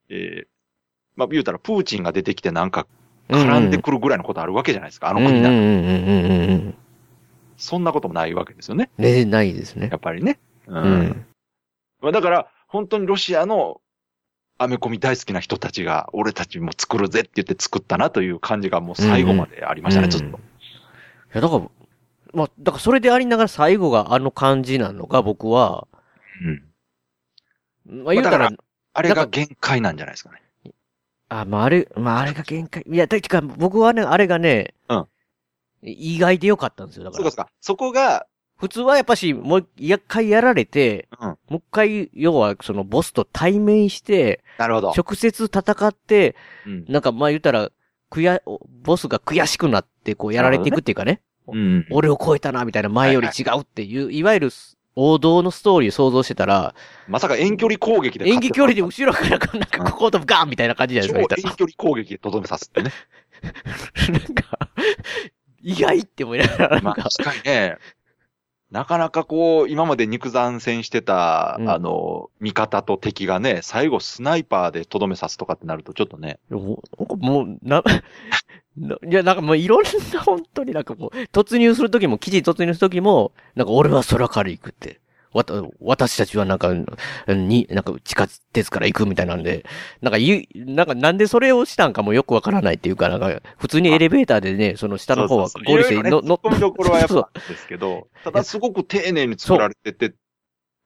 [SPEAKER 3] えー、まあ、言うたら、プーチンが出てきてなんか絡んでくるぐらいのことあるわけじゃないですか、あの国な
[SPEAKER 2] うんん
[SPEAKER 3] か。
[SPEAKER 2] うんうんうんうんうん。
[SPEAKER 3] そんなこともないわけですよね。
[SPEAKER 2] ね、ないですね
[SPEAKER 3] や。っぱりね。う。
[SPEAKER 2] うんん。
[SPEAKER 3] まあ、だから、本当にロシアのアメコミ大好きな人たちが、俺たちも作るぜって言って作ったなという感じがもう最後までありましたね、
[SPEAKER 2] うん
[SPEAKER 3] ずっと。
[SPEAKER 2] いや、だから、まあ、だからそれでありながら最後があの感じなのが僕は、
[SPEAKER 3] うん。
[SPEAKER 2] まあ言うた
[SPEAKER 3] ま
[SPEAKER 2] ら
[SPEAKER 3] あだ、あれが限界なんじゃないですかね。
[SPEAKER 2] あ、まああれ、まああれが限界。いや、だてか僕はね、あれがね、
[SPEAKER 3] うん
[SPEAKER 2] 意外でよかったんですよ。だか
[SPEAKER 3] そう
[SPEAKER 2] ら
[SPEAKER 3] か、そうか。そこが、
[SPEAKER 2] 普通はやっぱし、もう一回やられて、
[SPEAKER 3] うん
[SPEAKER 2] もう一回、要はそのボスと対面して、
[SPEAKER 3] なるほど。
[SPEAKER 2] 直接戦って、
[SPEAKER 3] うん。
[SPEAKER 2] なんかまあ言うたら、悔や、ボスが悔しくなって、こうやられていくっていうかね。
[SPEAKER 3] うん。
[SPEAKER 2] 俺を超えたな、みたいな、前より違うっていう、いわゆる王道のストーリーを想像してたら、
[SPEAKER 3] まさか遠距離攻撃で勝
[SPEAKER 2] 演
[SPEAKER 3] って
[SPEAKER 2] 技距離で後ろからこうなんかこことガンみたいな感じじゃない
[SPEAKER 3] 超
[SPEAKER 2] です
[SPEAKER 3] 遠
[SPEAKER 2] か言っ
[SPEAKER 3] 距離攻撃でとどめさすってね。
[SPEAKER 2] たら。なんか、 意外って思いながら、 な
[SPEAKER 3] ま
[SPEAKER 2] ん
[SPEAKER 3] あ
[SPEAKER 2] か、
[SPEAKER 3] 確かにね、なかなかこう、今まで肉弾戦してた、
[SPEAKER 2] うん
[SPEAKER 3] あの、味方と敵がね、最後スナイパーでとどめさすとかってなるとちょっとね、
[SPEAKER 2] もう、なんかもうな、 ないや、なんかもういろんな、本当になんかもう、突入するときも、記事に突入するときも、なんか俺は空から行くって。わた、私たちはなんか、に、なんか地下鉄から行くみたいなんで、なんか言う、なんかなんでそれをしたんかもよくわからないっていうか、なんか、普通にエレベーターでね、その下の方は
[SPEAKER 3] そうそうそう
[SPEAKER 2] 合理性
[SPEAKER 3] いろ
[SPEAKER 2] の、
[SPEAKER 3] いろね、
[SPEAKER 2] 乗
[SPEAKER 3] 突っ込みどころはやっ
[SPEAKER 2] そう
[SPEAKER 3] ぱですけど、ただすごく丁寧に作られてて、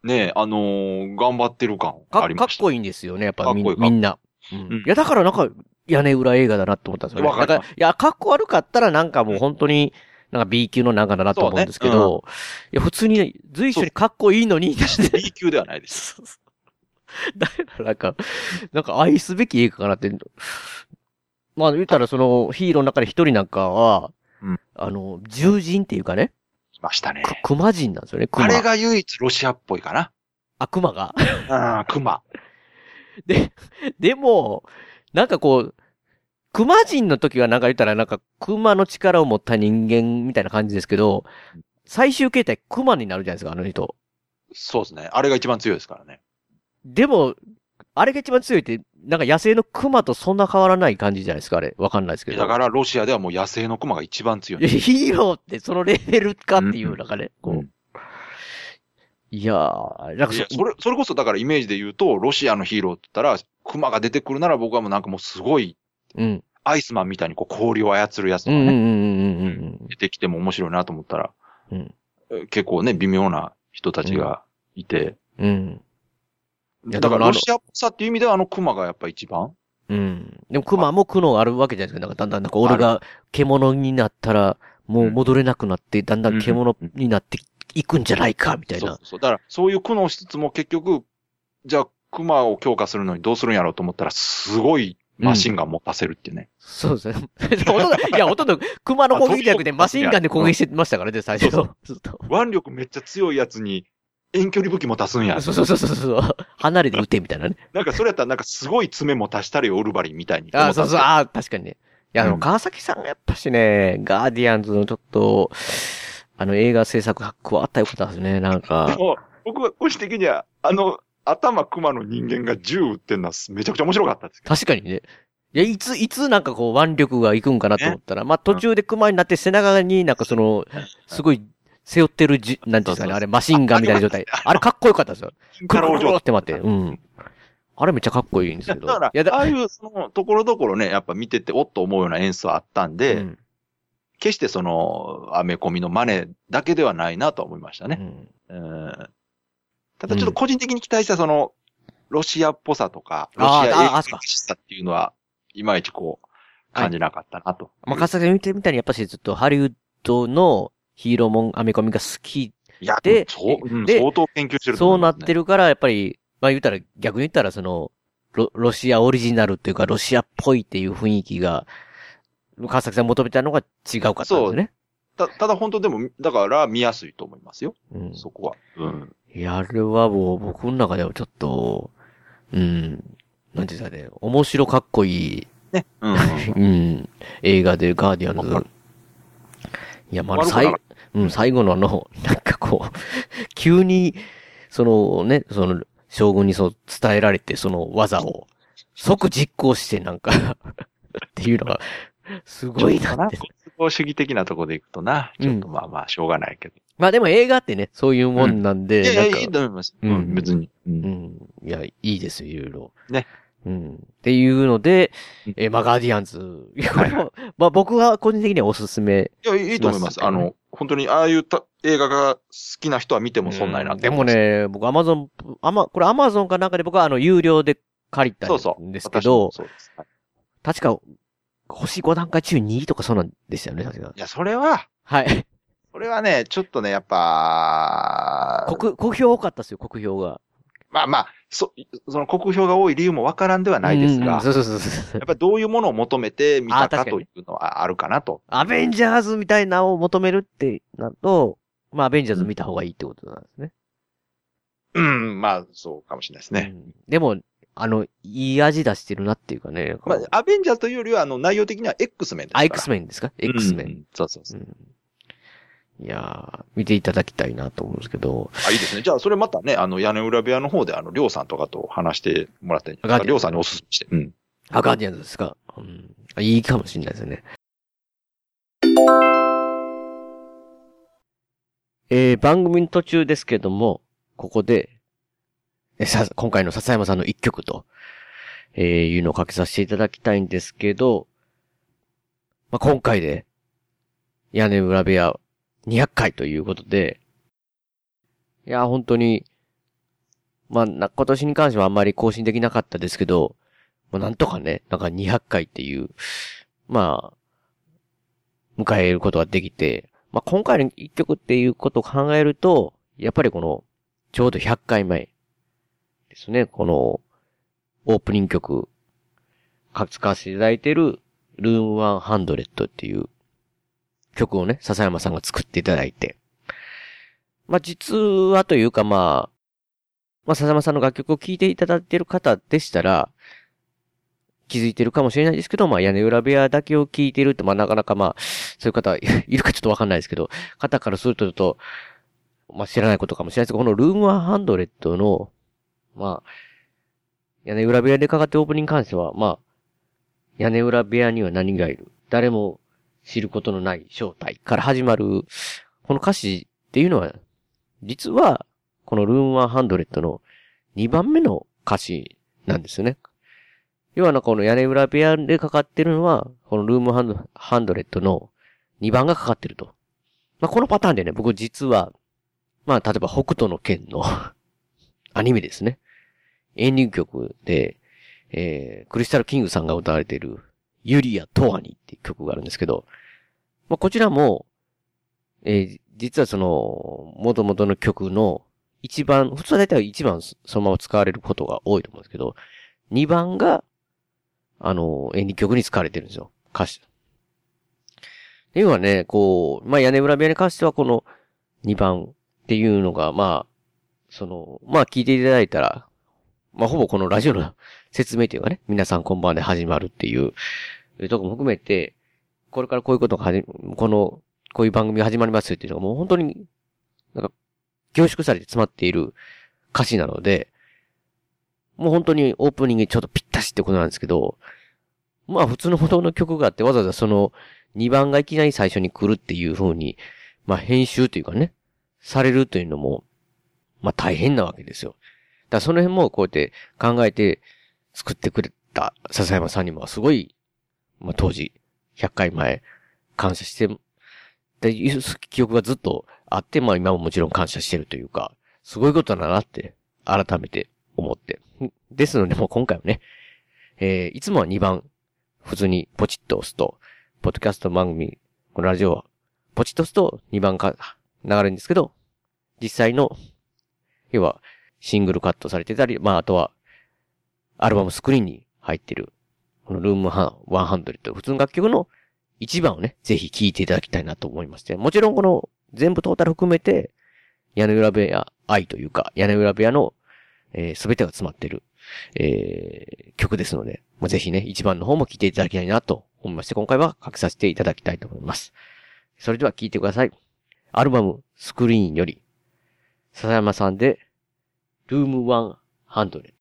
[SPEAKER 3] ね、あのー頑張ってる感
[SPEAKER 2] か
[SPEAKER 3] あ
[SPEAKER 2] っ
[SPEAKER 3] り
[SPEAKER 2] か
[SPEAKER 3] ま
[SPEAKER 2] っ
[SPEAKER 3] した。
[SPEAKER 2] こいいんですよね、やっぱみ
[SPEAKER 3] かっこいいか
[SPEAKER 2] みんな。うん
[SPEAKER 3] うん
[SPEAKER 2] いや、だからなんか、屋根裏映画だなって思ったんですよね。
[SPEAKER 3] わかり
[SPEAKER 2] だ
[SPEAKER 3] ます
[SPEAKER 2] からいや、かっこ悪かったらなんかもう本当に、なんか B 級のなんかだなと思うんですけど、いや、普通にね、随所にかっこいいのに、
[SPEAKER 3] 決して B 級ではないです。
[SPEAKER 2] そうそうだから なんか、なんか愛すべき映画かなって。まあ言ったらそのヒーローの中で一人なんかは、
[SPEAKER 3] うん
[SPEAKER 2] あの、獣人っていうかね、
[SPEAKER 3] 来ましたね。
[SPEAKER 2] く熊人なんですよね、熊。
[SPEAKER 3] あれが唯一ロシアっぽいかな。
[SPEAKER 2] あ、熊が。
[SPEAKER 3] うん、熊。
[SPEAKER 2] で、でも、なんかこう、熊人の時はなんか言ったらなんか熊の力を持った人間みたいな感じですけど、最終形態熊になるじゃないですか、あの人。
[SPEAKER 3] そうですね。あれが一番強いですからね。
[SPEAKER 2] でも、あれが一番強いって、なんか野生の熊とそんな変わらない感じじゃないですか、あれ。わかんないですけど。
[SPEAKER 3] だからロシアではもう野生の熊が一番強
[SPEAKER 2] いや
[SPEAKER 3] い。
[SPEAKER 2] ヒーローってそのレベルかっていう中で、こ
[SPEAKER 3] うん
[SPEAKER 2] う。いやー、なんか
[SPEAKER 3] い
[SPEAKER 2] そ
[SPEAKER 3] や、それ、それこそだからイメージで言うと、ロシアのヒーローって言ったら、熊が出てくるなら僕はもうなんかもうすごい、
[SPEAKER 2] うん。
[SPEAKER 3] アイスマンみたいにこう氷を操るやつと
[SPEAKER 2] う
[SPEAKER 3] か
[SPEAKER 2] んうんう
[SPEAKER 3] ね、
[SPEAKER 2] んうんうん
[SPEAKER 3] 出てきても面白いなと思ったら、
[SPEAKER 2] うん
[SPEAKER 3] え結構ね、微妙な人たちがいて、
[SPEAKER 2] うん。うん。いや
[SPEAKER 3] だ
[SPEAKER 2] だか
[SPEAKER 3] か
[SPEAKER 2] ら
[SPEAKER 3] ら
[SPEAKER 2] あの
[SPEAKER 3] ロシアっぽさっていう意味ではあの熊がやっぱ一番
[SPEAKER 2] うん。でも熊も苦悩あるわけじゃないですか。なんかだんだんなんか俺が獣になったら、もう戻れなくなって、だんだん獣になっていくんじゃないか、みたい
[SPEAKER 3] そう
[SPEAKER 2] な
[SPEAKER 3] そう。そう。だから、そういう苦悩しつつも結局、じゃあ、熊を強化するのにどうするんやろうと思ったら、すごいマシンガン持たせるっていうね。
[SPEAKER 2] そうですね。 ほとんど、いや、ほとんど熊の攻撃じゃなくてマシンガンで攻撃してましたからね、最初。
[SPEAKER 3] そ
[SPEAKER 2] ずっと
[SPEAKER 3] 腕力めっちゃ強いやつに、遠距離武器も足すんや。
[SPEAKER 2] そうそうそうそうそう。離れて撃てみたいなね。
[SPEAKER 3] なんかそれやったらなんかすごい爪も足したりオルバリンみたいに。
[SPEAKER 2] あそうそう、ああ、確かにね。いや、あ
[SPEAKER 3] う
[SPEAKER 2] の、
[SPEAKER 3] ん
[SPEAKER 2] 川崎さんがやっぱしね、ガーディアンズのちょっと、あの、映画制作加わったよかったですね、なん
[SPEAKER 3] で
[SPEAKER 2] か。
[SPEAKER 3] も、僕は個人的には、あの、頭熊の人間が銃撃ってんのはめちゃくちゃ面白かったですけ
[SPEAKER 2] 確かにね。いや、いつ、いつなんかこう腕力がいくんかなと思ったら、まあ途中で熊になって背中になんかその、すごい背負ってるじ、なんていうんですかね、あれマシンガンみたいな状態。あれかっこよかったですよ。ク
[SPEAKER 3] ど。金
[SPEAKER 2] ロ
[SPEAKER 3] 太
[SPEAKER 2] ク
[SPEAKER 3] 郎城
[SPEAKER 2] ロって待って。うん。あれめっちゃかっこいいんですけど。
[SPEAKER 3] だか
[SPEAKER 2] いや、
[SPEAKER 3] ら、あ
[SPEAKER 2] だ
[SPEAKER 3] あいうそのところどころね、やっぱ見てておっと思うような演出はあったんで、
[SPEAKER 2] うん
[SPEAKER 3] 決してその、アメコミのマネだけではないなとは思いました
[SPEAKER 2] う
[SPEAKER 3] ね。
[SPEAKER 2] ん
[SPEAKER 3] うんただちょっと個人的に期待したその、ロシアっぽさとか、ロシ
[SPEAKER 2] あー
[SPEAKER 3] ア
[SPEAKER 2] あーあ
[SPEAKER 3] ら
[SPEAKER 2] そっか
[SPEAKER 3] しさっていうのは、いまいちこう、感じなかったなと。
[SPEAKER 2] まあ、川崎さん見てるみたいに、やっぱしずっとハリウッドのヒーローもん、アメコミが好き、
[SPEAKER 3] いや、
[SPEAKER 2] で
[SPEAKER 3] そう、うん
[SPEAKER 2] で
[SPEAKER 3] 相当研究してると
[SPEAKER 2] そ
[SPEAKER 3] 思
[SPEAKER 2] う
[SPEAKER 3] い
[SPEAKER 2] な
[SPEAKER 3] ま
[SPEAKER 2] っ
[SPEAKER 3] すね、
[SPEAKER 2] てるから、やっぱり、まあ言ったら、逆に言ったら、その、ロ、ロシアオリジナルっていうか、ロシアっぽいっていう雰囲気が、川崎さん求めたのが違うかったんですね。
[SPEAKER 3] た、ただ本当でも、だから見やすいと思いますよ。
[SPEAKER 2] うん。
[SPEAKER 3] そこは。 うん。
[SPEAKER 2] いや、あれはもう、僕の中ではちょっと、うん、なんていうんですかね、面白かっこいい、
[SPEAKER 3] ね。う
[SPEAKER 2] う
[SPEAKER 3] ん。
[SPEAKER 2] ん、映画で、ガーディアン
[SPEAKER 3] わか
[SPEAKER 2] ズ
[SPEAKER 3] る。
[SPEAKER 2] いや、まあ、あの
[SPEAKER 3] 悪くな
[SPEAKER 2] 最
[SPEAKER 3] か
[SPEAKER 2] 後
[SPEAKER 3] っ、
[SPEAKER 2] うん、最後のあの、 なんかこう、急に、そのね、その、将軍にそう伝えられて、その技を、即実行して、なんか、 っていうのが、すごいなって。
[SPEAKER 3] ご主義的なとこでいくとな、ちょっと
[SPEAKER 2] う
[SPEAKER 3] まあまあ、しょうがないけど。
[SPEAKER 2] まあでも映画ってね、そういうもんなんで、
[SPEAKER 3] いやいや、
[SPEAKER 2] なん
[SPEAKER 3] い
[SPEAKER 2] か
[SPEAKER 3] いと思います。
[SPEAKER 2] う
[SPEAKER 3] うんん、別に。
[SPEAKER 2] う
[SPEAKER 3] う。
[SPEAKER 2] んん。いや、いいですよ、いろいろ。
[SPEAKER 3] ね。
[SPEAKER 2] うん。っていうので
[SPEAKER 3] うん、
[SPEAKER 2] えーまあ、ガーディアンズ。いや、これも、 まあ僕は個人的にはおすすめ。
[SPEAKER 3] いや、いいと思います。
[SPEAKER 2] しま
[SPEAKER 3] あ
[SPEAKER 2] すね
[SPEAKER 3] の、本当に、ああいうた映画が好きな人は見てもそんない
[SPEAKER 2] う
[SPEAKER 3] な
[SPEAKER 2] ん
[SPEAKER 3] と
[SPEAKER 2] で
[SPEAKER 3] 思
[SPEAKER 2] も
[SPEAKER 3] います。
[SPEAKER 2] ね、僕アマゾン、あま、これアマゾンかなんかで僕はあの、有料で借りた。
[SPEAKER 3] そうそうん
[SPEAKER 2] ですけど、
[SPEAKER 3] 私もそうです。はい
[SPEAKER 2] 確か、星5段階中2位とかそうなんでしたよね、確か
[SPEAKER 3] い。や、それは、
[SPEAKER 2] はい。
[SPEAKER 3] それはね、ちょっとね、やっぱ、
[SPEAKER 2] 国、国評多かったですよ、国評が。
[SPEAKER 3] まあまあ、そ、その国評が多い理由もわからんではないです
[SPEAKER 2] うんう
[SPEAKER 3] が
[SPEAKER 2] ん、そうそうそうそう
[SPEAKER 3] やっ。ぱりどういうものを求めて見た
[SPEAKER 2] あ確
[SPEAKER 3] か
[SPEAKER 2] か
[SPEAKER 3] とい
[SPEAKER 2] に
[SPEAKER 3] うのはあるかなと。
[SPEAKER 2] アベンジャーズみたいなのを求めるってなると、まあ、アベンジャーズ見た方がいいってことなんですね。
[SPEAKER 3] うん、まあ、そうかもしれないですね。
[SPEAKER 2] うんでも、あの、いい味出してるなっていうかね。
[SPEAKER 3] まあ、アベンジャーズというよりは、あの、内容的には X メンですから。
[SPEAKER 2] あ、X メンですか ?X メ
[SPEAKER 3] う
[SPEAKER 2] ン。
[SPEAKER 3] んそうそうそうう。
[SPEAKER 2] んいやー、見ていただきたいなと思うんですけど。
[SPEAKER 3] あ、いいですね。じゃあ、それまたね、あの、屋根裏部屋の方で、あの、りょうさんとかと話してもらっていいです
[SPEAKER 2] わ
[SPEAKER 3] か、
[SPEAKER 2] かる
[SPEAKER 3] りょうさんにおすすめして。うん。
[SPEAKER 2] あ、ガーディアンズですか、うん、あいいかもしれないですね。えー、番組の途中ですけども、ここで、えさ、今回の笹山さんの一曲と、えーいうのをかけさせていただきたいんですけど、まあ、今回で、屋根裏部屋200回ということで、いや、本当に、まあ、な今年に関してはあんまり更新できなかったですけど、もうなんとかね、なんか200回っていう、まあ、迎えることができて、まあ今回の一曲っていうことを考えると、やっぱりこの、ちょうど100回前ですね、この、オープニング曲、かつかせていただいてる、ルーム100っていう曲をね、笹山さんが作っていただいて。まあ実はというかまあ、まあ笹山さんの楽曲を聴いていただいてる方でしたら、気づいてるかもしれないですけど、まあ屋根裏部屋だけを聞いてる って、まあなかなかまあ、そういう方いるかちょっとわかんないですけど、方からするとちょっと、まあ、知らないことかもしれないですけど、このルーム100の、まあ、屋根裏部屋でかかってオープニングに関しては、まあ、屋根裏部屋には何がいる誰も知ることのない正体から始まる、この歌詞っていうのは、実は、このルーム100の2番目の歌詞なんですよね。要はな、この屋根裏部屋でかかってるのは、このルーム100の2番がかかってると。まあ、このパターンでね、僕実は、まあ、例えば北斗の剣の アニメですね。エンディング曲で、えー、クリスタルキングさんが歌われている、ユリア・トワニっていう曲があるんですけど、まあ、こちらも、えー実はその、元々の曲の一番、普通は大体一番そそのまま使われることが多いと思うんですけど、二番が、あの、演技曲に使われてるんですよ。歌詞。っていうのはね、こう、まあ、屋根裏部屋に関してはこの二番っていうのが、まあ、その、まあ、聞いていただいたら、まあ、ほぼこのラジオの説明というかね、皆さんこんばんで始まるっていう、いうとこも含めて、これからこういうことが始めこの、こういう番組が始まりますよっていうのがもう本当に、なんか、凝縮されて詰まっている歌詞なので、もう本当にオープニングにちょっとぴったしってことなんですけど、まあ普通のほとの曲があってわざわざその2番がいきなり最初に来るっていう風に、まあ編集というかね、されるというのも、まあ大変なわけですよ。だからその辺もこうやって考えて作ってくれた笹山さんにもすごい、まあ当時、100回前、感謝してっていう記憶がずっとあって、まあ今ももちろん感謝してるというか、すごいことだなって、改めて思って。んですので、もう今回はね、えー、いつもは2番、普通にポチッと押すと、ポッドキャスト番組、このラジオは、ポチッと押すと2番か、流れるんですけど、実際の、要は、シングルカットされてたり、まああとは、アルバムスクリーンに入ってる、このルームハン100、普通の楽曲の一番をね、ぜひ聴いていただきたいなと思いまして、もちろんこの全部トータル含めて、屋根裏部屋愛というか、屋根裏部屋の、えすべてが詰まってる、えー曲ですので、まあ、ぜひね、一番の方も聴いていただきたいなと思いまして、今回は書きさせていただきたいと思います。それでは聴いてください。アルバム、スクリーンより、笹山さんで、ルーム100。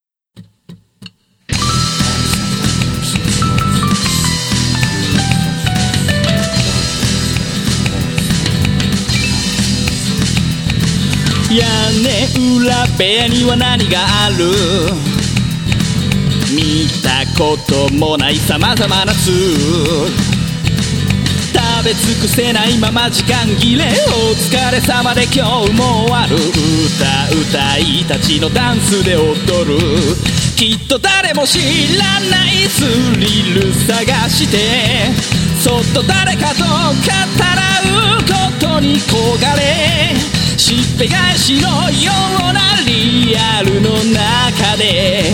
[SPEAKER 1] 屋根裏部屋には何がある見たこともない様々な巣食べ尽くせないまま時間切れお疲れ様で今日も終わる歌歌いたちのダンスで踊るきっと誰も知らないスリル探してそっと誰かと語らうことに焦がれしっぺ返しのようなリアルの中で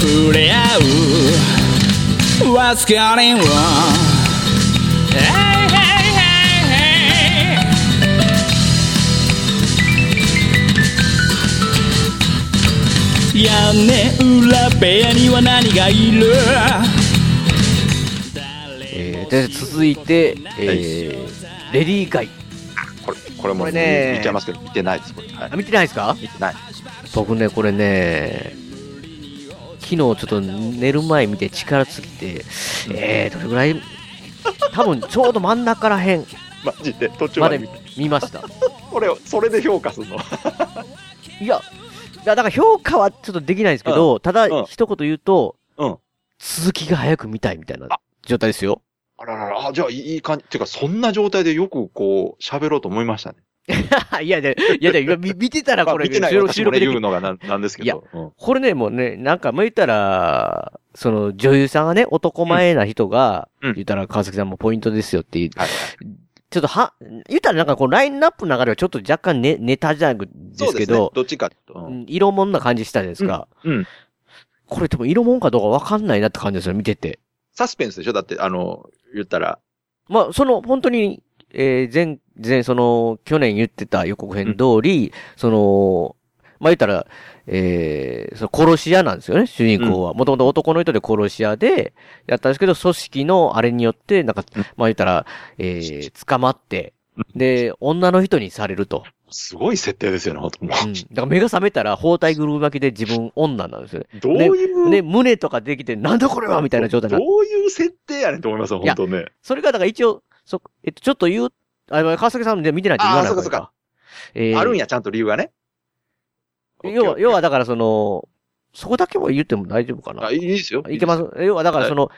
[SPEAKER 1] 触れ合う What's going on? 屋根裏部屋には何がいる
[SPEAKER 2] えー、で続いて、えー、レディーガイ。
[SPEAKER 3] これ、これも
[SPEAKER 2] これね
[SPEAKER 3] 言っちゃいますけど、見てないです、これ。はい
[SPEAKER 2] あ、見てないですか
[SPEAKER 3] 見てない。
[SPEAKER 2] 僕ね、これね、昨日ちょっと寝る前見て力尽きて、えー、どれぐらい、多分ちょうど真ん中らへん
[SPEAKER 3] マジで、途中
[SPEAKER 2] ま
[SPEAKER 3] まで
[SPEAKER 2] で
[SPEAKER 3] 見て。
[SPEAKER 2] 見ました。
[SPEAKER 3] これを、それで評価するの。
[SPEAKER 2] いや、いやだから評価はちょっとできないですけど、ただ
[SPEAKER 3] うん
[SPEAKER 2] 一言言うと、
[SPEAKER 3] うん
[SPEAKER 2] 続きが早く見たいみたいな
[SPEAKER 3] あ
[SPEAKER 2] 状態ですよ。
[SPEAKER 3] あららら、あじゃあいい感じ。てか、そんな状態でよくこう、喋ろうと思いましたね。
[SPEAKER 2] いやいや、いやいや、今見見てたら
[SPEAKER 3] まあ、
[SPEAKER 2] これ、
[SPEAKER 3] 見てない
[SPEAKER 2] 収録
[SPEAKER 3] 私もね
[SPEAKER 2] 収録でき
[SPEAKER 3] 言うのがなんなんですけ
[SPEAKER 2] いや
[SPEAKER 3] ど。うん
[SPEAKER 2] これね、もうね、なんか、まあ言ったら、その、女優さんがね、男前な人が、
[SPEAKER 3] うんうん
[SPEAKER 2] 言ったら、川崎さんもポイントですよって言う、
[SPEAKER 3] はい
[SPEAKER 2] ちょっとは、言ったらなんかこう、ラインナップの中ではちょっと若干ね、ネタじゃなくで
[SPEAKER 3] そう
[SPEAKER 2] す
[SPEAKER 3] で
[SPEAKER 2] け
[SPEAKER 3] すね。
[SPEAKER 2] ど、
[SPEAKER 3] どっちかっていうと。うん
[SPEAKER 2] うん色もんな感じしたじゃないですか。
[SPEAKER 3] うん。
[SPEAKER 2] これでも色もんかどうかわかんないなって感じですよ、見てて。
[SPEAKER 3] サスペンスでしょだって、あの、言ったら。
[SPEAKER 2] まあ、その、本当に、えー前、前、その、去年言ってた予告編通り、その、まあ、言ったら、えーその殺し屋なんですよね、主人公は。もともと男の人で殺し屋で、やったんですけど、組織のあれによって、なんか、まあ、言ったら、えー捕まって、で、女の人にされると。
[SPEAKER 3] すごい設定ですよね、ほんとも
[SPEAKER 2] うん。だから目が覚めたら包帯ぐる巻きで自分女なんですよね。
[SPEAKER 3] う。どういう、
[SPEAKER 2] で、胸とかできて、なんだこれはみたいな状態にな
[SPEAKER 3] どういう設定やねんと思いますよ、ほんとね。
[SPEAKER 2] それが、だから一応、そ、えっと、ちょっと言う、あ、川崎さんで見てないと言わない方がいい
[SPEAKER 3] あーそう
[SPEAKER 2] か。えー
[SPEAKER 3] あるんや、ちゃんと理由がね。
[SPEAKER 2] 要は、要
[SPEAKER 3] は、
[SPEAKER 2] はだからその、そこだけも言っても大丈夫かな
[SPEAKER 3] あ、。いいですよ。
[SPEAKER 2] いけます。要はだからその、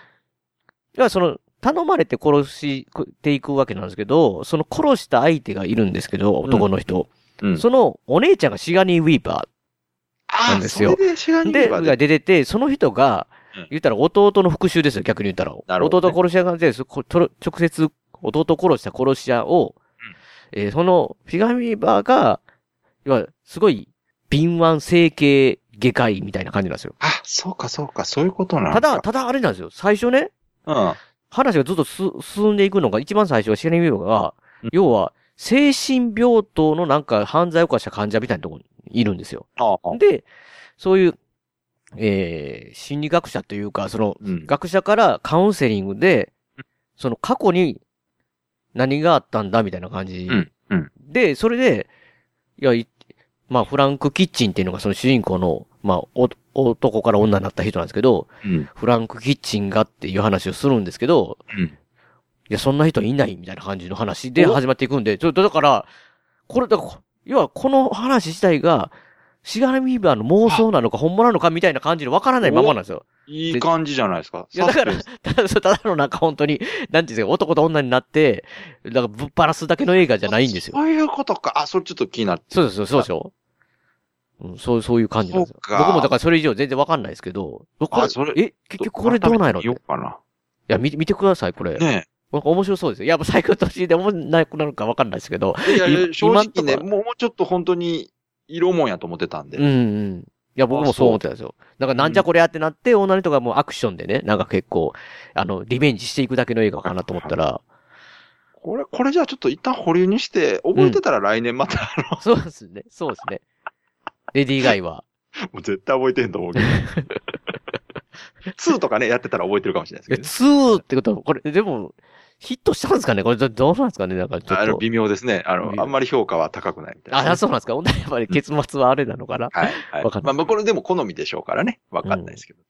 [SPEAKER 2] 要はその、頼まれて殺していくわけなんですけど、その殺した相手がいるんですけど、男の人。
[SPEAKER 3] うん
[SPEAKER 2] そのお姉ちゃんがシガニー・ウィーパ
[SPEAKER 3] あ
[SPEAKER 2] なんですよ
[SPEAKER 3] それでシガ
[SPEAKER 2] ー
[SPEAKER 3] ニ
[SPEAKER 2] で、
[SPEAKER 3] ーバー
[SPEAKER 2] が出てて、その人が
[SPEAKER 3] うん、
[SPEAKER 2] 言ったら弟の復讐ですよ、逆に言ったら。
[SPEAKER 3] なるほどね
[SPEAKER 2] 弟を殺し屋が出て、そことろ直接弟を殺した殺し屋を、えーそのシガニー・ウィーパーが、要はすごい、敏腕整形外科医みたいな感じなんですよ。
[SPEAKER 3] あ、そうか、そうか、そういうことなん
[SPEAKER 2] た
[SPEAKER 3] です
[SPEAKER 2] だ、
[SPEAKER 3] か。
[SPEAKER 2] ただあれなんですよ。最初ね、
[SPEAKER 3] だ、
[SPEAKER 2] 話がずっとす進んでいくのが、一番最初はシェレミウムが
[SPEAKER 3] うん、
[SPEAKER 2] 要は、精神病棟のなんか犯罪を犯した患者みたいなところにいるんですよ。
[SPEAKER 3] うん。ああ、
[SPEAKER 2] で、そういう、えー、心理学者というか、その、
[SPEAKER 3] うん。
[SPEAKER 2] 学者からカウンセリングで、その過去に何があったんだみたいな感じ
[SPEAKER 3] うん。うん。
[SPEAKER 2] で、それで、いや、いまあ、フランク・キッチンっていうのがその主人公の、まあ、お男から女になった人なんですけど、
[SPEAKER 3] うん。
[SPEAKER 2] フランク・キッチンがっていう話をするんですけど、
[SPEAKER 3] うん
[SPEAKER 2] いや、そんな人いないみたいな感じの話で始まっていくんで、ちょっとだから、これ、だから要はこの話自体が、シガラミーバーの妄想なのか本物なのかみたいな感じでわからないままなんですよ。
[SPEAKER 3] いい感じじゃないですか。
[SPEAKER 2] いやだから
[SPEAKER 3] サスペンス
[SPEAKER 2] ただ、ただのなんか本当に、なんていうんですか、男と女になって、だからぶっ放すだけの映画じゃないんですよ。
[SPEAKER 3] そういうことか。あ、それちょっと気になって。
[SPEAKER 2] そうですよ、そうでしょうん、そう、そういう感じなんですよ。
[SPEAKER 3] そうか
[SPEAKER 2] 僕もだからそれ以上全然わかんないですけど、僕は
[SPEAKER 3] あそれ
[SPEAKER 2] え、結局これどうなんやろって
[SPEAKER 3] 改めて見
[SPEAKER 2] い
[SPEAKER 3] ようか
[SPEAKER 2] や、見て、見てください、これ。
[SPEAKER 3] な。ね
[SPEAKER 2] なんか面白そうですよ。いや、もう最高途中でもなくなるかわかんないですけど。
[SPEAKER 3] え。いやいや、
[SPEAKER 2] い
[SPEAKER 3] 正直ね、
[SPEAKER 2] 今んとこ
[SPEAKER 3] もうもうちょっと本当に、色もんやと思ってたんで。
[SPEAKER 2] うんうん。いや、僕もそう思ってたんですよ。なんか、なんじゃこりゃってなって、女の人がもうアクションでね、なんか結構、あの、リベンジしていくだけの映画かなと思った ら、
[SPEAKER 3] これ、これじゃあちょっと一旦保留にして、覚えてたら来年また、あの
[SPEAKER 2] そうですね、そうですね。レディーガイ は。
[SPEAKER 3] もう絶対覚えてんと思うけど。2とか ね、やってたら覚えてるかもしれない
[SPEAKER 2] え、
[SPEAKER 3] ですけどね。
[SPEAKER 2] 2ってことは、これ、でも、ヒットしたんですかねこれ、どどうなんですかねなんかちょ
[SPEAKER 3] あ
[SPEAKER 2] っ
[SPEAKER 3] の、
[SPEAKER 2] と。
[SPEAKER 3] 微妙ですね。あの
[SPEAKER 2] 微、妙
[SPEAKER 3] あんまり評価は高くないみたいな。
[SPEAKER 2] あ、そうなんですかほんとにやっぱり結末はあれなのかな
[SPEAKER 3] はい。はい
[SPEAKER 2] わかんな
[SPEAKER 3] ま
[SPEAKER 2] い
[SPEAKER 3] あ、これでも好みでしょうからね。わかんないですけど。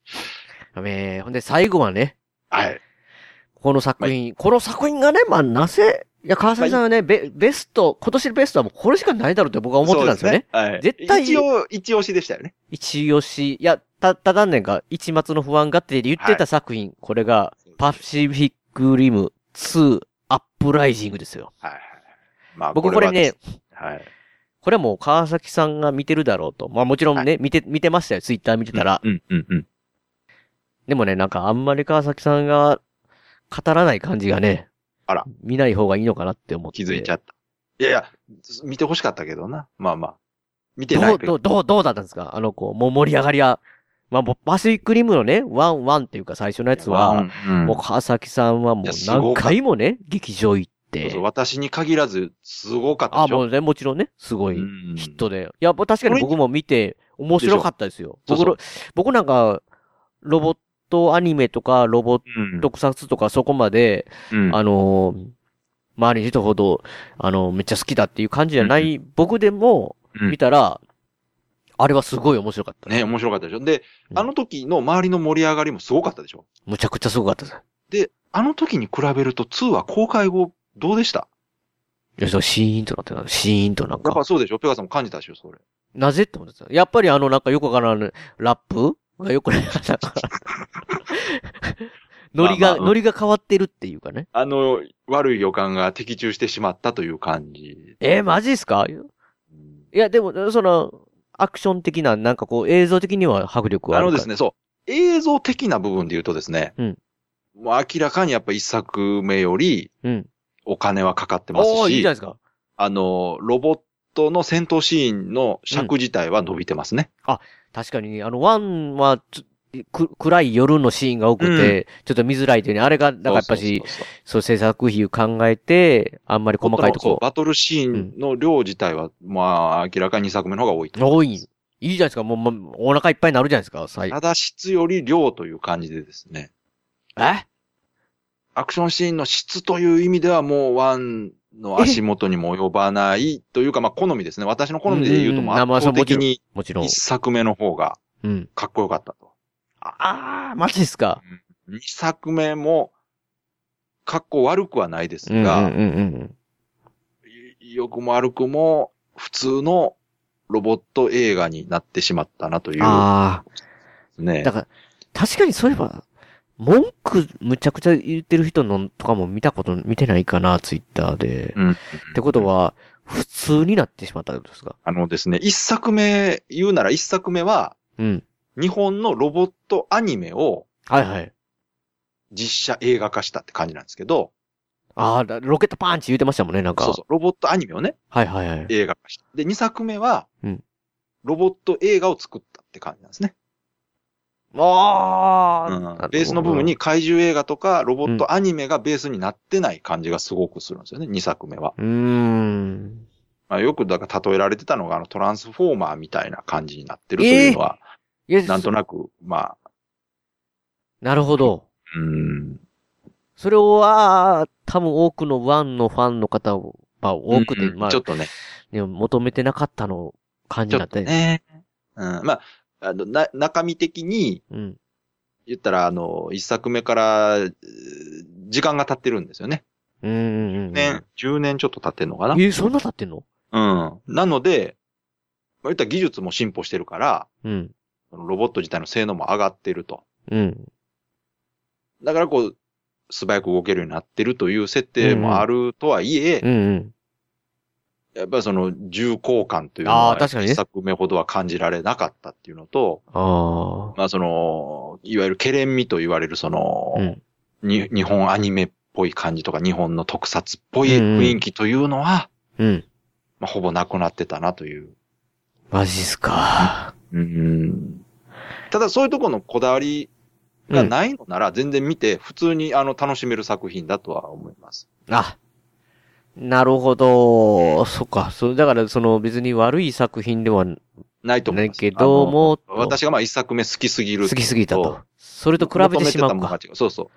[SPEAKER 2] えー、ほんで最後はね、
[SPEAKER 3] はい。
[SPEAKER 2] この作品、この作品がね、まあ、なぜ、いや、川崎さんはね、ベベスト、今年のベストはもうこれしかないだろうって僕は思ってたんですよね。
[SPEAKER 3] そうはい。
[SPEAKER 2] 絶対
[SPEAKER 3] 一応、一押しでしたよね。
[SPEAKER 2] 一押し、いや、た、ただねんが、一末の不安がって言ってた作品、これが、パシフィックリム2アップライジングですよ。
[SPEAKER 3] はいはい。まあ
[SPEAKER 2] 僕これね、
[SPEAKER 3] ははい。
[SPEAKER 2] これはもう川崎さんが見てるだろうと。まあもちろんね、見て、見てましたよ。ツイッター見てたら。
[SPEAKER 3] うんうんうん。
[SPEAKER 2] でもね、なんかあんまり川崎さんが語らない感じがね、
[SPEAKER 3] あら。
[SPEAKER 2] 見ない方がいいのかなって思って。
[SPEAKER 3] 気づいちゃ
[SPEAKER 2] っ
[SPEAKER 3] った。いやいや、見て欲しかったけどな。まあまあ。見て
[SPEAKER 2] て
[SPEAKER 3] な
[SPEAKER 2] ど、
[SPEAKER 3] いうけ
[SPEAKER 2] ど
[SPEAKER 3] ど。
[SPEAKER 2] う、どう、どうだったんですかあの、こう、もう盛り上がりは。まあ、もうパシフィックリムのね、ワンワンっていうか最初のやつは、
[SPEAKER 3] うんうん
[SPEAKER 2] もう川崎さんはもう
[SPEAKER 3] いやすごか
[SPEAKER 2] 何
[SPEAKER 3] った
[SPEAKER 2] 回もね、劇場行っ
[SPEAKER 3] そう
[SPEAKER 2] て
[SPEAKER 3] そう。私に限らず、すごかった
[SPEAKER 2] あ、
[SPEAKER 3] でしょ。
[SPEAKER 2] もうね、もちろんね、すごい
[SPEAKER 3] うん
[SPEAKER 2] ヒットで。いや、もう確かに僕も見て面白かったですよ。
[SPEAKER 3] でしょ
[SPEAKER 2] 僕の、僕なんか、ロボットアニメとか、ロボッ
[SPEAKER 3] うん
[SPEAKER 2] ト草津とかそこまで、
[SPEAKER 3] うん
[SPEAKER 2] あのー周りの人ほど、あのーめっちゃ好きだっていう感じじゃない、僕でも
[SPEAKER 3] うん
[SPEAKER 2] 見たら、あれはすごい面白かった。
[SPEAKER 3] ね、面白かったでしょ。で、
[SPEAKER 2] うん
[SPEAKER 3] あの時の周りの盛り上がりもすごかったでしょ。
[SPEAKER 2] むちゃくちゃすごかったです。
[SPEAKER 3] で、あの時に比べると2は公開後、どうでした
[SPEAKER 2] いや、そう、シーンとなってた。シーンとなん
[SPEAKER 3] やっ
[SPEAKER 2] か
[SPEAKER 3] ぱ、そうでしょペガさんも感じたでしょそれ。
[SPEAKER 2] なぜって思ってた。やっぱりあの、なんかよくわからない、ラップがよくない。 なんかノリ
[SPEAKER 3] まあ
[SPEAKER 2] が、
[SPEAKER 3] まあうん
[SPEAKER 2] ノリが変わってるっていうかね。
[SPEAKER 3] あの、悪い予感が的中してしまったという感じ。
[SPEAKER 2] えー、マジですか
[SPEAKER 3] うん
[SPEAKER 2] いや、でも、その、アクション的な、なんかこう、映像的には迫力はあ
[SPEAKER 3] あ
[SPEAKER 2] るか
[SPEAKER 3] ので
[SPEAKER 2] ら。
[SPEAKER 3] すね、そう。映像的な部分で言うとですね。
[SPEAKER 2] うん
[SPEAKER 3] もう明らかにやっぱ一作目より
[SPEAKER 2] うん。
[SPEAKER 3] お金はかかってますし。
[SPEAKER 2] おー、いいじゃないですか。
[SPEAKER 3] あの、ロボットの戦闘シーンの尺自体は伸びてますね。
[SPEAKER 2] 確かに、あの、ワンはちょく、暗い夜のシーンが多くて、ちょっと見づらいというね、あれが、だからやっぱし
[SPEAKER 3] そう、そうそう
[SPEAKER 2] そう制作費を考えて、あんまり細かいと
[SPEAKER 3] そう
[SPEAKER 2] こ、
[SPEAKER 3] バトルシーンの量自体は、まあ、明らかに2作目の方が多いと。
[SPEAKER 2] 多い。いいじゃないですか。もう、もうお腹いっぱいになるじゃないですか、最
[SPEAKER 3] ただ質より量という感じでですね。
[SPEAKER 2] え
[SPEAKER 3] アクションシーンの質という意味ではもうワンの足元にも及ばないというか、まあ、好みですね。私の好みで言うと、
[SPEAKER 2] うんうん
[SPEAKER 3] まあ、
[SPEAKER 2] まあ
[SPEAKER 3] 圧倒的に
[SPEAKER 2] もちろん
[SPEAKER 3] 一。作目の方が
[SPEAKER 2] うん。
[SPEAKER 3] かっこよかったと。
[SPEAKER 2] ああ、マジですか。
[SPEAKER 3] 二作目も、かっこ悪くはないです
[SPEAKER 2] うんうん
[SPEAKER 3] が、
[SPEAKER 2] うん
[SPEAKER 3] 良くも悪くも、普通のロボット映画になってしまったなという
[SPEAKER 2] うん。あ
[SPEAKER 3] ですね。
[SPEAKER 2] あ、だから、確かにそういえば、文句むちゃくちゃ言ってる人のとかも見たこと、見てないかな、ツイッターで。
[SPEAKER 3] うん
[SPEAKER 2] ってことは、普通になってしまったってことですか
[SPEAKER 3] あのですね、一作目、言うなら一作目は、
[SPEAKER 2] うん。
[SPEAKER 3] 日本のロボットアニメを
[SPEAKER 2] はいはい。
[SPEAKER 3] 実写映画化したって感じなんですけど、
[SPEAKER 2] ああ、だロケットパンチ言ってましたもんね、なんか。
[SPEAKER 3] そうそう、ロボットアニメをね、
[SPEAKER 2] はいはいはい。
[SPEAKER 3] 映画化した。で、二作目は
[SPEAKER 2] うん、
[SPEAKER 3] ロボット映画を作ったって感じなんですね。
[SPEAKER 2] あ
[SPEAKER 3] う
[SPEAKER 2] あ、
[SPEAKER 3] ん
[SPEAKER 2] なるほど
[SPEAKER 3] ベースの部分に怪獣映画とかロボットアニメがベースになってない感じがすごくするんですよね、二作目は。
[SPEAKER 2] うーん。
[SPEAKER 3] まあ、よくだから例えられてたのが、あの、トランスフォーマーみたいな感じになってるというのは、
[SPEAKER 2] いや
[SPEAKER 3] なんとなく、まあ、
[SPEAKER 2] なるほど。
[SPEAKER 3] うん、
[SPEAKER 2] それは、多分多くのワンのファンの方を、まあ多く
[SPEAKER 3] う
[SPEAKER 2] で、
[SPEAKER 3] んうん
[SPEAKER 2] まあ
[SPEAKER 3] ちょ、っとね、
[SPEAKER 2] ね求めてなかったの感
[SPEAKER 3] ち
[SPEAKER 2] じ
[SPEAKER 3] ょ
[SPEAKER 2] だっ
[SPEAKER 3] っ
[SPEAKER 2] た
[SPEAKER 3] と
[SPEAKER 2] よ。
[SPEAKER 3] ね。うん、まあ、あの、な、中身的に、
[SPEAKER 2] うん。
[SPEAKER 3] 言ったら、あの、一作目から、えー時間が経ってるんですよね。
[SPEAKER 2] うんうんうん。
[SPEAKER 3] ね、10年ちょっと経ってんのかな。
[SPEAKER 2] え、そんな経ってんの
[SPEAKER 3] うん。なので、まあ、言ったら技術も進歩してるから、
[SPEAKER 2] うん。
[SPEAKER 3] そのロボット自体の性能も上がってると。
[SPEAKER 2] うん。
[SPEAKER 3] だからこう、素早く動けるようになってるという設定もあるとはいえ、
[SPEAKER 2] うんうん。
[SPEAKER 3] やっぱりその重厚感というの
[SPEAKER 2] あ
[SPEAKER 3] は
[SPEAKER 2] ー、確かにね
[SPEAKER 3] 一作目ほどは感じられなかったっていうのと、
[SPEAKER 2] ああ。
[SPEAKER 3] まあその、いわゆるケレン味と言われるその、
[SPEAKER 2] うん
[SPEAKER 3] に日本アニメっぽい感じとか日本の特撮っぽい雰囲気というのは、
[SPEAKER 2] うん。
[SPEAKER 3] まあほぼなくなってたなという。
[SPEAKER 2] マジっすか。
[SPEAKER 3] うんただそういうところのこだわりがないのなら全然見て普通にあの楽しめる作品だとは思います。
[SPEAKER 2] あ。なるほど。そっか。そう、だから、その別に悪い作品では
[SPEAKER 3] ないと思
[SPEAKER 2] ないい
[SPEAKER 3] ます。
[SPEAKER 2] けども、
[SPEAKER 3] あの。私がまあ一作目好きすぎる
[SPEAKER 2] 過ぎすぎたと。それと比べてしまう
[SPEAKER 3] 求めたもの
[SPEAKER 2] か
[SPEAKER 3] が。違うそうそ